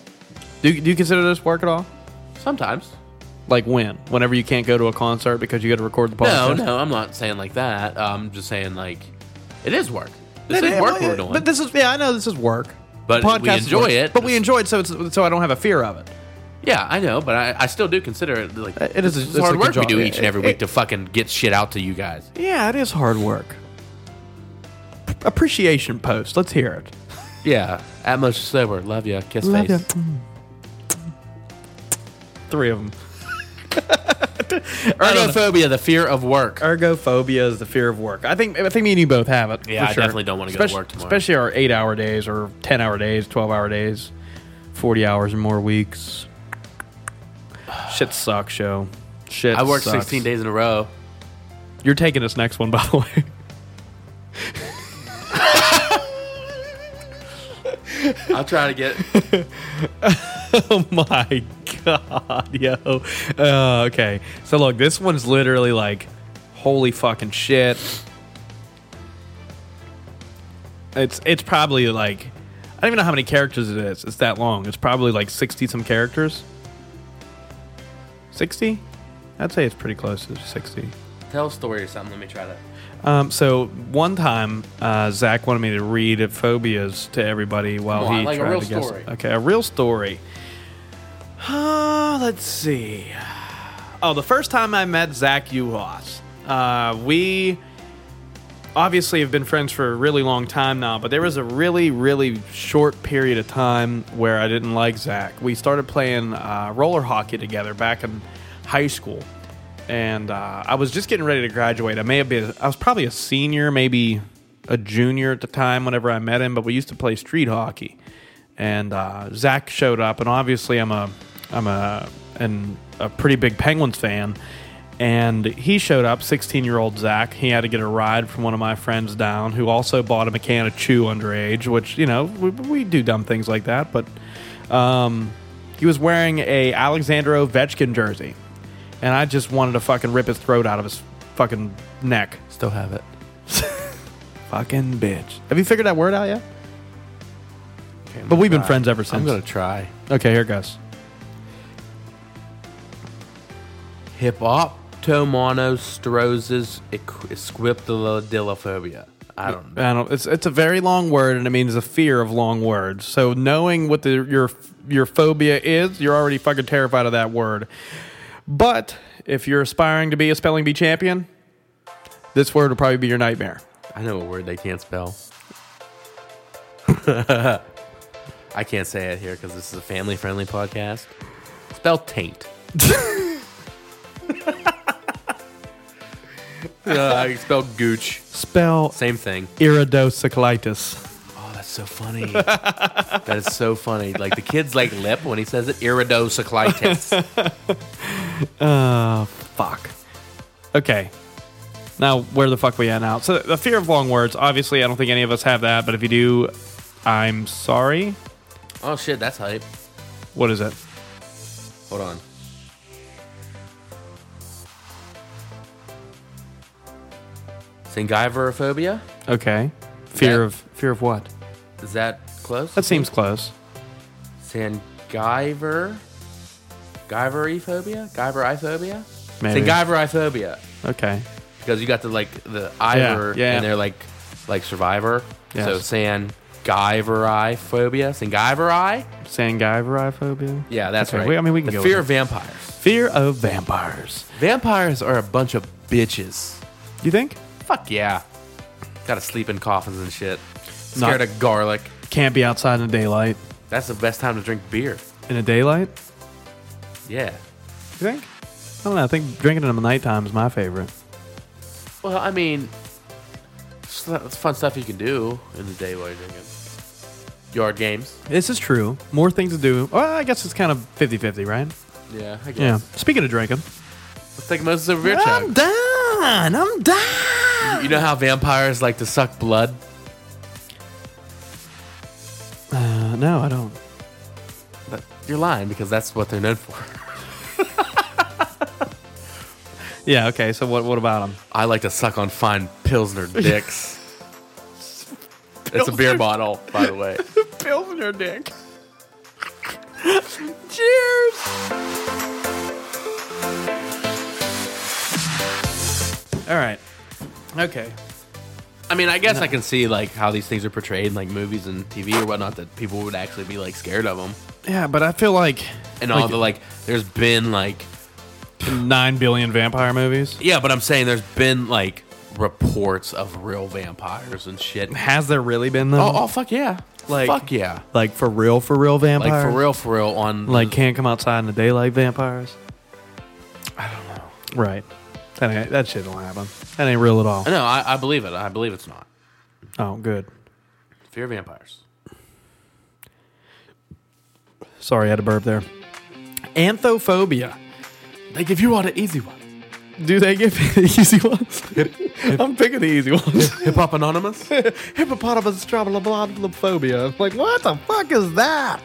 Do, do you consider this work at all? Sometimes. Like when? Whenever you can't go to a concert because you got to record the No, podcast. no, I'm not saying like that. I'm just saying like it is work. This It- is it- work we're doing. But this is yeah, I know this is work. But The we podcast is enjoy work. it. But we enjoy it, so it's so I don't have a fear of it. yeah, I know, but I, I still do consider it like It is a, it's like hard a work we job. do each and every It- week to fucking get shit out to you guys. Yeah, it is hard work. P- Appreciation post. Let's hear it. Yeah, at most sober. Love you. Kiss face. Three of them. Ergophobia, the fear of work. Ergophobia is the fear of work. I think I think me and you both have it. Yeah, for I sure. definitely don't wanna go to Especially- work tomorrow. Especially our eight hour days or ten hour days, twelve hour days, forty hours or more weeks. Shit sucks, show. Shit. I worked sucks. 16 days in a row. You're taking this next one, by the way. I'll try to get. Oh my god, yo. Uh, okay, so look, this one's literally like, holy fucking shit. It's it's probably like, I don't even know how many characters it is. It's that long. It's probably like sixty some characters. Sixty, I'd say it's pretty close to sixty. Tell a story or something. Let me try to. Um, so one time, uh, Zach wanted me to read phobias to everybody while Come on, he like a tried real to guess. story. Okay, a real story. Uh, let's see. Oh, the first time I met Zach Uhas, uh, we obviously have been friends for a really long time now. But there was a really, really short period of time where I didn't like Zach. We started playing uh, roller hockey together back in high school and uh, I was just getting ready to graduate. I may have been, I was probably a senior, maybe a junior at the time whenever I met him, but we used to play street hockey. And uh, Zach showed up, and obviously I'm a, I'm a, an, a pretty big Penguins fan. And he showed up, 16 year old Zach. He had to get a ride from one of my friends down, who also bought him a can of chew underage, which, you know, we, we do dumb things like that. But um, he was wearing a Alexander Ovechkin jersey and I just wanted to fucking rip his throat out of his fucking neck. Still have it. Fucking bitch. Have you figured that word out yet? But we've been friends ever since. I'm gonna try. Okay, here goes. Hipoptomonostroses equipedilophobia. I don't know. I don't. It's it's a very long word, and it means a fear of long words. So knowing what the your your phobia is, you're already fucking terrified of that word. But if you're aspiring to be a spelling bee champion, this word will probably be your nightmare. I know a word they can't spell. I can't say it here because this is a family-friendly podcast. Spell taint. uh, I spell gooch. Spell Same thing. iridocyclitis. Oh, that's so funny. that is so funny. Like the kid's like lip when he says it. Iridocyclitis. Fuck. Okay. Now, where the fuck we at now? So, the fear of long words. Obviously, I don't think any of us have that, but if you do, I'm sorry. oh shit, that's hype. What is it? Hold on. Syngyverophobia? Okay. Fear That- of fear of what? Is that close? That seems close. Sangiver? Gyverophobia? Gyverophobia? Maybe. Sangiverophobia. Okay. Because you got the like the Iver yeah. and they're like like survivor. So Yes. San Gyverophobia. Sangiverai? Sangiverophobia. Yeah, that's Okay, right. we- I mean, we can the go fear with of vampires. Fear of vampires. Vampires are a bunch of bitches. You think? Fuck yeah. Gotta sleep in coffins and shit. Not- Scared of garlic. Can't be outside in the daylight. That's the best time to drink beer. In the daylight? Yeah. You think? I don't know. I think drinking it in the nighttime is my favorite. Well, I mean, it's th- it's fun stuff you can do in the day while you're drinking. Yard games. This is true. More things to do. Well, I guess it's kind of 50-50, right? Yeah, I guess. Yeah. Speaking of drinking, Let's take most of a beer chug. done. I'm done. You know how vampires like to suck blood? Uh, no, I don't. But You're lying because that's what they're known for. Yeah. Okay. So what? What about them? I like to suck on fine Pilsner dicks. It's a beer bottle, by the way. Pilsner dick. Cheers. All right. Okay. I mean, I guess I can see like how these things are portrayed in like movies and TV or whatnot that people would actually be like scared of them. Yeah, but I feel like And all the like, there's been like, nine billion vampire movies. yeah, but I'm saying there's been like reports of real vampires and shit. Oh, Has there really been though? oh fuck yeah, Like- fuck yeah, Like for real, for real vampires. like for real, for real on Like can't come outside in the daylight vampires. Right. That, ain't, that shit don't happen. That ain't real at all. No, I, I believe it. I believe it's not. Oh, good. Fear of vampires. Sorry, I had a burp there. Anthophobia. They give you all the easy ones. Do they give the easy ones? I'm picking the easy ones. Hip Hop Anonymous? Hippopotamus travelophobia. I'm like, what the fuck is that?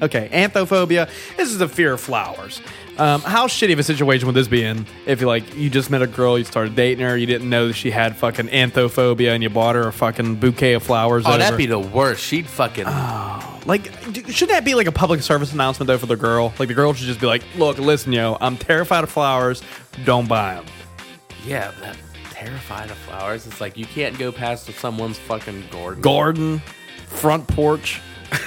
Okay, anthophobia. This is the fear of flowers. Um, how shitty of a situation would this be in if you like you just met a girl, you started dating her, you didn't know that she had fucking anthophobia, and you bought her a fucking bouquet of flowers? oh, over? that'd be the worst. She'd fucking. Like, d- shouldn't that be like a public service announcement though for the girl? Like, the girl should just be like, "Look, listen, yo, I'm terrified of flowers. Don't buy them." yeah, that terrified of flowers. It's like you can't go past someone's fucking garden. Garden, front porch,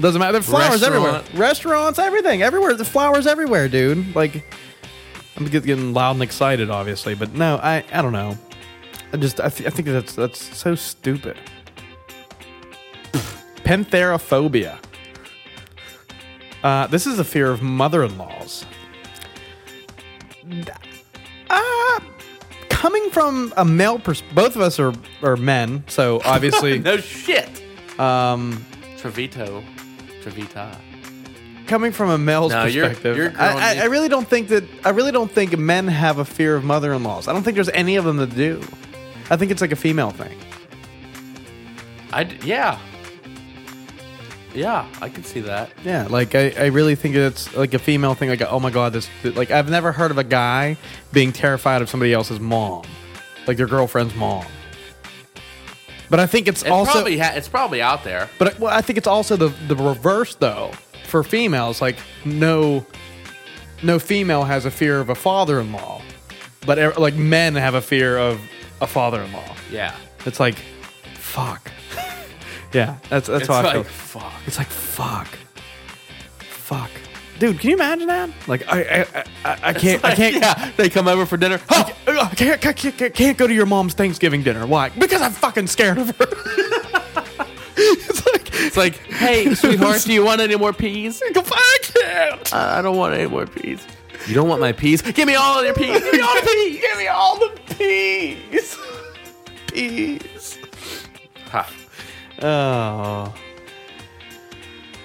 doesn't matter. There's flowers everywhere. Restaurant. Restaurants, everything, everywhere. The flowers everywhere, dude. Like, I'm get- getting loud and excited, obviously, but no, I, I don't know. I just, I, th- I think that's that's so stupid. Pantherophobia. Uh, this is a fear of mother-in-laws. Uh, coming from a male pers- both of us are, are men, so obviously, No shit. um, Trevito. Trevita. coming from a male's No, you're- perspective, you're grown, I, I, dude. I really don't think that I really don't think men have a fear of mother-in-laws. I don't think there's any of them that do. I think it's like a female thing. I d- yeah. Yeah, I can see that. Yeah, like I, I really think it's like a female thing. Like, oh my god, this like I've never heard of a guy being terrified of somebody else's mom, like their girlfriend's mom. But I think it's It also probably ha- it's probably out there. But well, I think it's also the the reverse though for females. Like no, no female has a fear of a father-in-law, but er, like men have a fear of a father-in-law. Yeah. It's like, fuck. yeah, that's that's It's how I like, feel. fuck. It's like fuck, fuck, dude. Can you imagine that? Like I I I, I can't I can't. Yeah, they come over for dinner. I I can't, I can't, I can't go to your mom's Thanksgiving dinner. Why? Because I'm fucking scared of her. it's like, It's like, hey, sweetheart, do you want any more peas? I can't. I don't want any more peas. You don't want my peas? Give me all of your peas. Give me all the peas. Give me all the peas. Peas. Ha. Oh.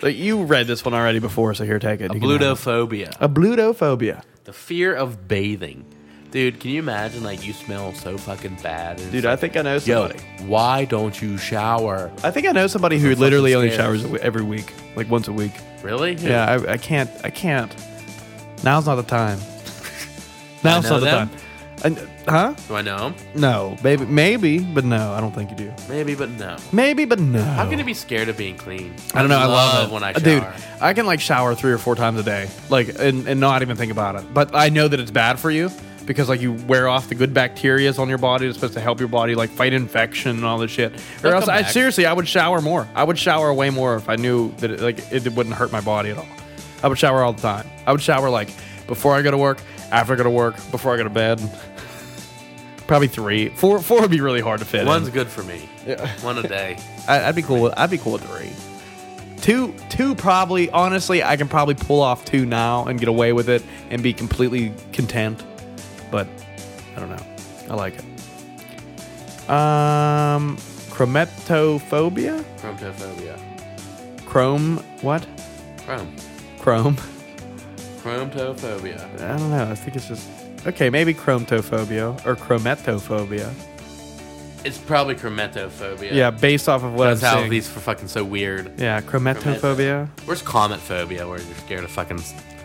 But you read this one already before, so here, take it. You can have it. Blutophobia. A blutophobia. The fear of bathing. Dude, can you imagine like you smell so fucking bad? And Dude, I think I know yo, somebody. why don't you shower? I think I know somebody who literally only scared. showers a w- every week, like once a week. Really? Yeah, I, I can't. I can't. Now's not the time. Now's I not know the them? time. And, huh? Do I know? 'em? No, maybe, maybe, but no. I don't think you do. Maybe, but no. Maybe, but no. I'm gonna be scared of being clean. I don't know. I love, it. Uh, when I shower. Dude, I can like shower three or four times a day, like, and, and not even think about it. But I know that it's bad for you because like you wear off the good bacteria on your body that's supposed to help your body like fight infection and all this shit. or They'll else, come I back. seriously, I would shower more. I would shower way more if I knew that it, like it wouldn't hurt my body at all. I would shower all the time. I would shower like before I go to work, after I go to work, before I go to bed. Probably three, four, four would be really hard to fit. in. One's good for me. One a day. I, I'd be cool. With, I'd be cool with three. Two, two probably. Honestly, I can probably pull off two now and get away with it and be completely content. But I don't know. I like it. Um, chromatophobia. Chromatophobia. Chrome what? Chrome. Chrome. Chromatophobia. I don't know. I think it's just okay. Maybe chromatophobia or chromatophobia. It's probably chromatophobia. Yeah, based off of what That's I'm how seeing. these are fucking so weird. yeah, chromatophobia. Where's comet phobia, where you're scared of fucking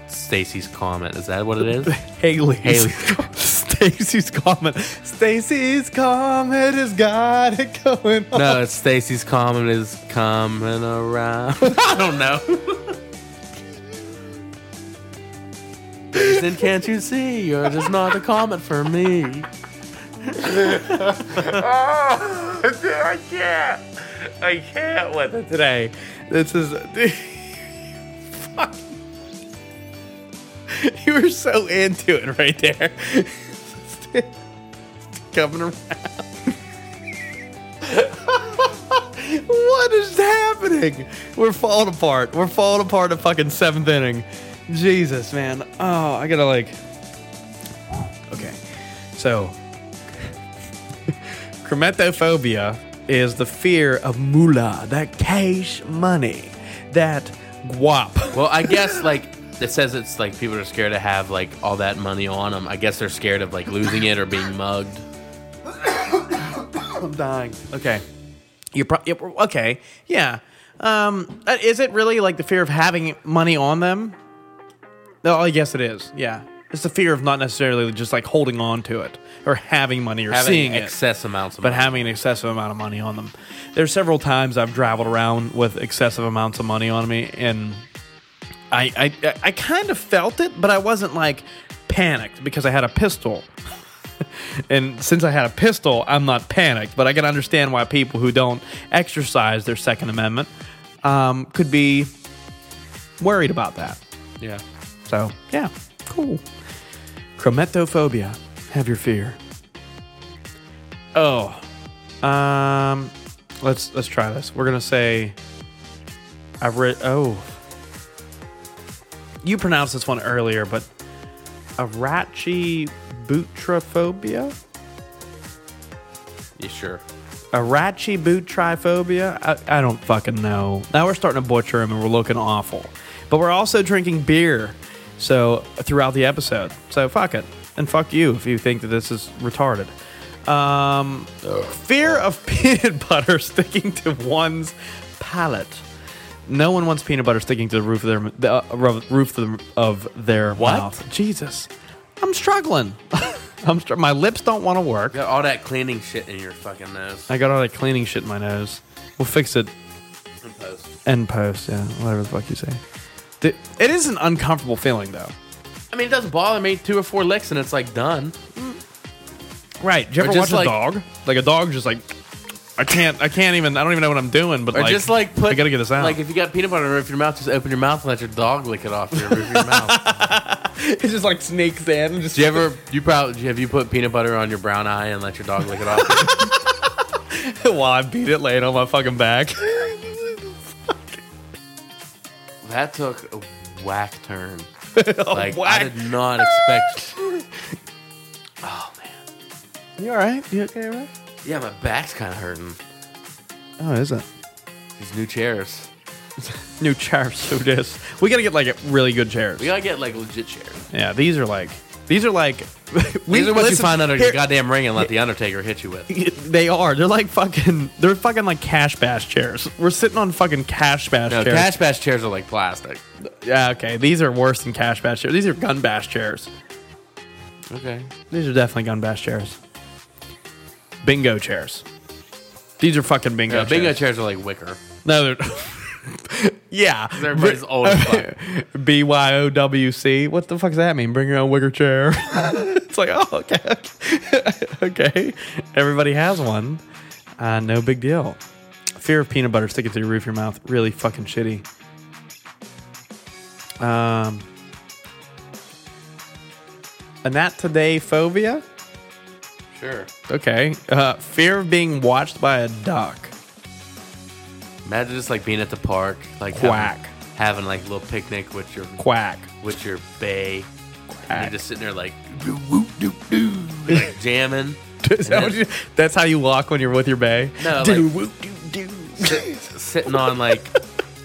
Stacy's comet? Is that what it is? Haley. Haley's. Stacy's comment. Stacy's comment has got it going on. no, it's Stacy's comet is coming around. I don't know. Jason, can't you see? You're just not the comet for me. I can't. I can't with it today. This is. Fuck. You were so into it right there. Coming around. what is happening? We're falling apart. We're falling apart at fucking seventh inning. Jesus, man. Oh, I gotta like. Okay, so chromatophobia is the fear of moolah, that cash money, that guap. Well, I guess like it says it's like people are scared to have like all that money on them. I guess they're scared of like losing it or being mugged. I'm dying. Okay, you pro- yep, okay? Yeah. Um, uh, is it really like the fear of having money on them? No, I guess it is. Yeah, it's the fear of not necessarily just like holding on to it or having money or Having seeing it. excess amounts of but money. having an excessive amount of money on them. There's several times I've traveled around with excessive amounts of money on me, and I I, I kind of felt it, but I wasn't like panicked because I had a pistol. and since I had a pistol, I'm not panicked. But I can understand why people who don't exercise their Second Amendment um, could be worried about that. yeah. So yeah, cool. Chromatophobia. Have your fear. Oh, um, let's let's try this. We're gonna say. I've read. Oh, you pronounced this one earlier, but arachibutrophobia. You sure? Arachibutrophobia. I, I don't fucking know. Now we're starting to butcher them and we're looking awful, but we're also drinking beer. So throughout the episode, so fuck it and fuck you if you think that this is retarded. Um, fear of peanut butter sticking to one's palate. No one wants peanut butter sticking to the roof of their the, uh, ro- roof of, the, of their What? mouth. Jesus, I'm struggling. I'm str- my lips don't want to work. Got all that cleaning shit in your fucking nose. I got all that cleaning shit in my nose. We'll fix it End post, yeah, whatever the fuck you say. Th- It is an uncomfortable feeling, though. I mean, it doesn't bother me. Two or four licks and it's like done. Right? Did you Or ever watch just a like- dog? Like a dog, just like I can't, I can't even, I don't even know what I'm doing. But Or like, just like put. I gotta get this out. Like if you got peanut butter on the roof of your mouth, just open your mouth and let your dog lick it off your roof of your mouth. it just like snakes in. Just Do you ever? You probably have you put peanut butter on your brown eye and let your dog lick it off? while I beat it laying on my fucking back. that took a whack turn. Like whack. I did not expect. you all right? You okay, all right? Yeah, my back's kind of hurting. Oh, is it? These new chairs. New chairs, so this. We gotta get like really good chairs. We gotta get like legit chairs. yeah, these are like, these are like, we, These are what you listen, find under here- your goddamn ring and let the Undertaker hit you with. They are. They're like fucking. They're fucking like cash bash chairs. We're sitting on fucking cash bash No, chairs. cash bash chairs are like plastic. yeah, okay. These are worse than cash bash chairs. These are gun bash chairs. Okay. These are definitely gun bash chairs. Bingo chairs. These are fucking bingo. Yeah, bingo chairs. chairs are like wicker. No, they're. yeah. Everybody's old as fuck. B Y O W C. What the fuck does that mean? Bring your own wicker chair. it's like, oh, okay. okay. Everybody has one. Uh, no big deal. Fear of peanut butter sticking to the roof of your mouth. Really fucking shitty. Um, anatodaphobia. Sure. Okay. Uh, fear of being watched by a duck. Imagine just like being at the park, like Quack. having, having like a little picnic with your Quack. with your bay. And Quack. you're just sitting there like doo woo doo doo, like jamming. Is that what you- that's how you walk when you're with your bay. No, like- Doo, woo, doo, doo. sit- sitting on like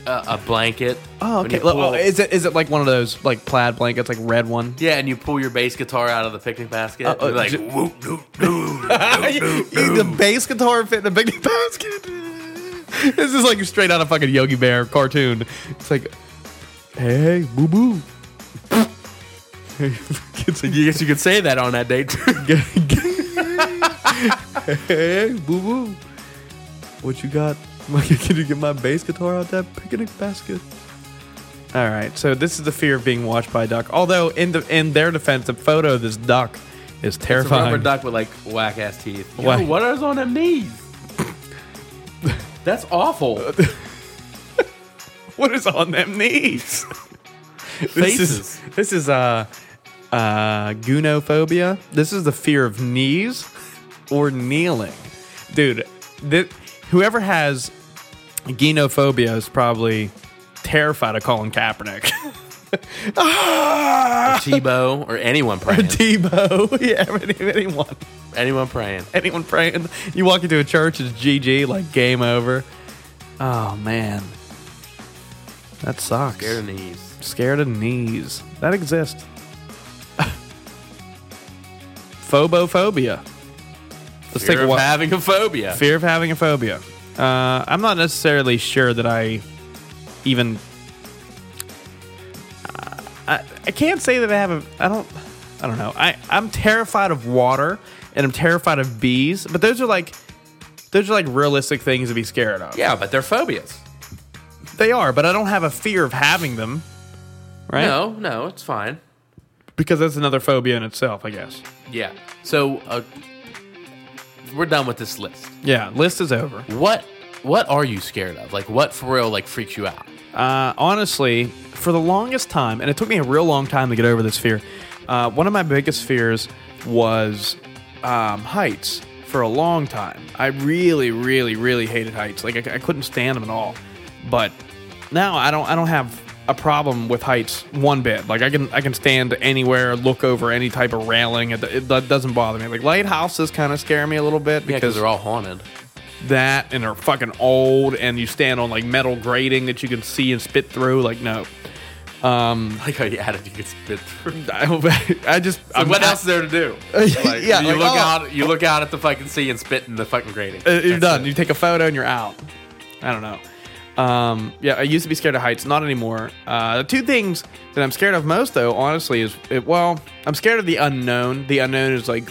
a, a blanket. Oh, When okay. you pull- Well, is it is it like one of those like plaid blankets, like red one? yeah, and you pull your bass guitar out of the picnic basket. Uh, uh, you're like j- woo doo doo. You- you- the bass guitar fit in a big basket. this is like straight out of fucking Yogi Bear cartoon. It's like, hey, boo boo. it's like, You guess you could say that on that day. hey, boo boo. What you got? Can you get my bass guitar out that picnic basket? All right, so this is the fear of being watched by a duck. Although, in the in their defense, the photo of this duck is It's a rubber terrifying. duck with like whack ass teeth. Yo, Whack. what are those on them knees? That's awful. What is on them knees? this is Faces. this is uh uh gunophobia. This is the fear of knees or kneeling, dude. Th- whoever has genophobia is probably terrified of Colin Kaepernick. Tebow or anyone praying. Tebow. Yeah, any- anyone, anyone praying. anyone praying. You walk into a church, it's GG, like game over. Oh man, that sucks. Scared of knees. Scared of knees. That exists. Phobophobia. Let's Fear take a of while. having a phobia. Fear of having a phobia. Uh, I'm not necessarily sure that I even. I, I can't say that I have a. I don't. I don't know. I I'm terrified of water and I'm terrified of bees, but those are like, those are like realistic things to be scared of. Yeah, but they're phobias. they are. But I don't have a fear of having them, right? No, no, it's fine. because that's another phobia in itself, I guess. Yeah. So uh, we're done with this list. Yeah, list is over. What what are you scared of? Like what for real like freaks you out? Uh, honestly, for the longest time, and it took me a real long time to get over this fear. Uh, one of my biggest fears was um, heights. For a long time, I really, really, really hated heights. Like I, I couldn't stand them at all. But now I don't. I don't have a problem with heights one bit. Like I can. I can stand anywhere, look over any type of railing. It, it, that doesn't bother me. Like lighthouses kind of scare me a little bit Because because they're all haunted. that and are fucking old and you stand on like metal grating that you can see and spit through like no I like how you added you could spit through. i, I just So I'm what not- else is there to do? Like, yeah you like, look oh, out. You look out at the fucking sea and spit in the fucking grating. uh, you're That's done it. you take a photo and you're out i don't know um, yeah i used to be scared of heights not anymore uh, the two things that i'm scared of most though honestly is it, well i'm scared of the unknown the unknown is like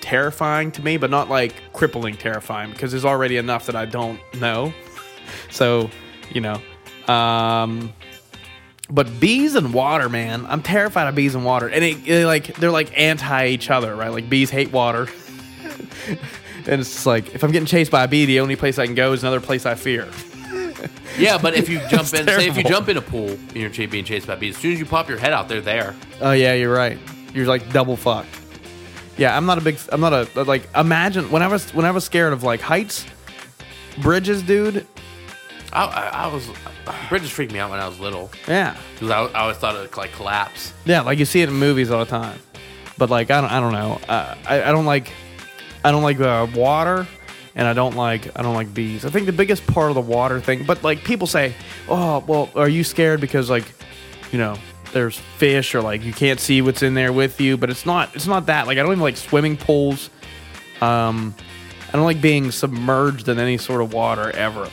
terrifying to me but not like crippling terrifying because there's already enough that i don't know so you know um, But bees and water, man, I'm terrified of bees and water, and it, it, like they're like anti each other, right? Like bees hate water, and it's just like if I'm getting chased by a bee, the only place I can go is another place I fear. Yeah, but if you jump in, say if you terrible. jump in a pool and you're ch- being chased by bees, as soon as you pop your head out, they're there. Oh yeah, you're right. You're like double fucked. Yeah, I'm not a big. I'm not a like. Imagine when I was when I was scared of like heights, bridges, dude. I, I, I was bridges freaked me out when I was little Yeah, because I, I always thought it would like collapse. Yeah, like you see it in movies all the time. But like I don't, I don't know. Uh, I, I don't like I don't like uh, water, and I don't like I don't like bees. I think the biggest part of the water thing. But like people say, oh well, are you scared because like you know there's fish or like you can't see what's in there with you. But it's not it's not that. Like I don't even like swimming pools. Um, I don't like being submerged in any sort of water ever.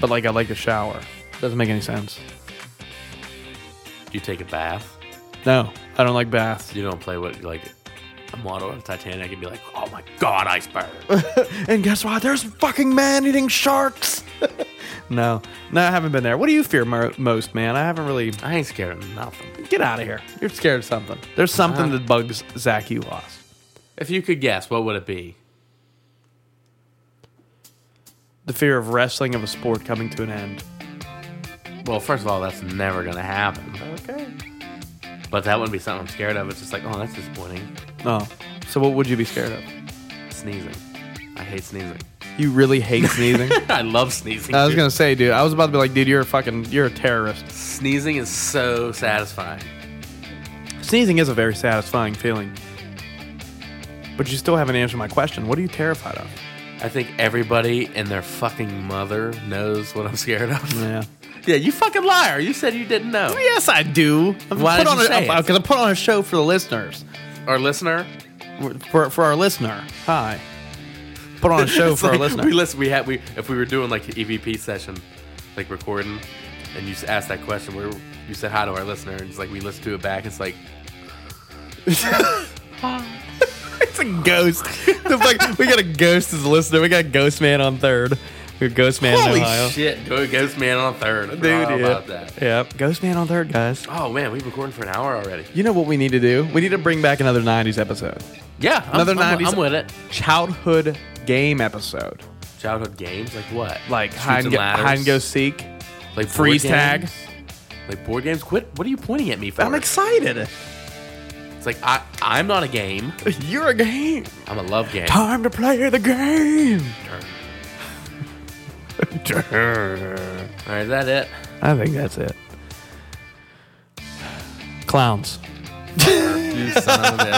But like I like to shower. Doesn't make any sense. Do you take a bath? No, I don't like baths. You don't play what like a model of Titanic and be like, oh my god, iceberg. And guess what? There's fucking man eating sharks. no, no, I haven't been there. What do you fear mo- most, man? I haven't really. I ain't scared of nothing. Get out of here. You're scared of something. There's something that bugs Zach Ulos. If you could guess, what would it be? The fear of wrestling of a sport coming to an end. Well, first of all, that's never gonna happen. Okay. But that wouldn't be something I'm scared of. It's just like, oh, that's disappointing. No. Oh. So what would you be scared of? Sneezing. I hate sneezing. You really hate sneezing. I love sneezing. I was dude. gonna say, dude. I was about to be like, dude, you're a fucking, you're a terrorist. Sneezing is so satisfying. Sneezing is a very satisfying feeling. But you still haven't answered my question. What are you terrified of? I think everybody and their fucking mother knows what I'm scared of. Yeah. Yeah, you fucking liar. You said you didn't know. Yes, I do. I'm Why put did on you a, say I'm, it? gonna put on a show for the listeners, Our listener. for, for our listener. Hi. Put on a show It's for like, our listener. We listen. We had we if we were doing like an EVP session, like recording, and you s- asked that question, where you said hi to our listener, and it's like we listen to it back. It's like it's a ghost. the fuck, we got a ghost as a listener. We got Ghost Man on third. We got Ghost Man holy in Ohio. shit, go Ghost Man on third. I Dude, forgot yeah. about that. Yep. Ghost Man on third, guys. Oh man, we've recorded for an hour already. You know what we need to do? We need to bring back another 90s episode. Yeah, I'm, Another I'm, 90s I'm with it. Childhood game episode. Childhood games like what? Like Shoots hide and, and go, ladders? hide and go seek. like board freeze tag. games? Like board games. Quit. What are you pointing at me for? I'm excited. It's like I I'm not a game. You're a game. I'm a love game. Time to play the game. All right, is that it? I think that's it. Clowns. You son of a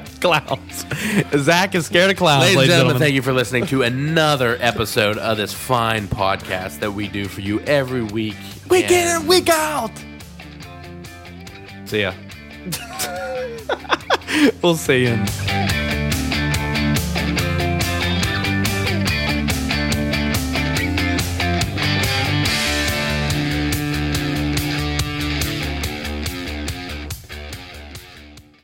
bitch. Clowns. Zach is scared of clowns, Ladies and ladies, gentlemen, thank you for listening to another episode of this fine podcast that we do for you every week. Week in and week out. See ya. We'll see you. Ian.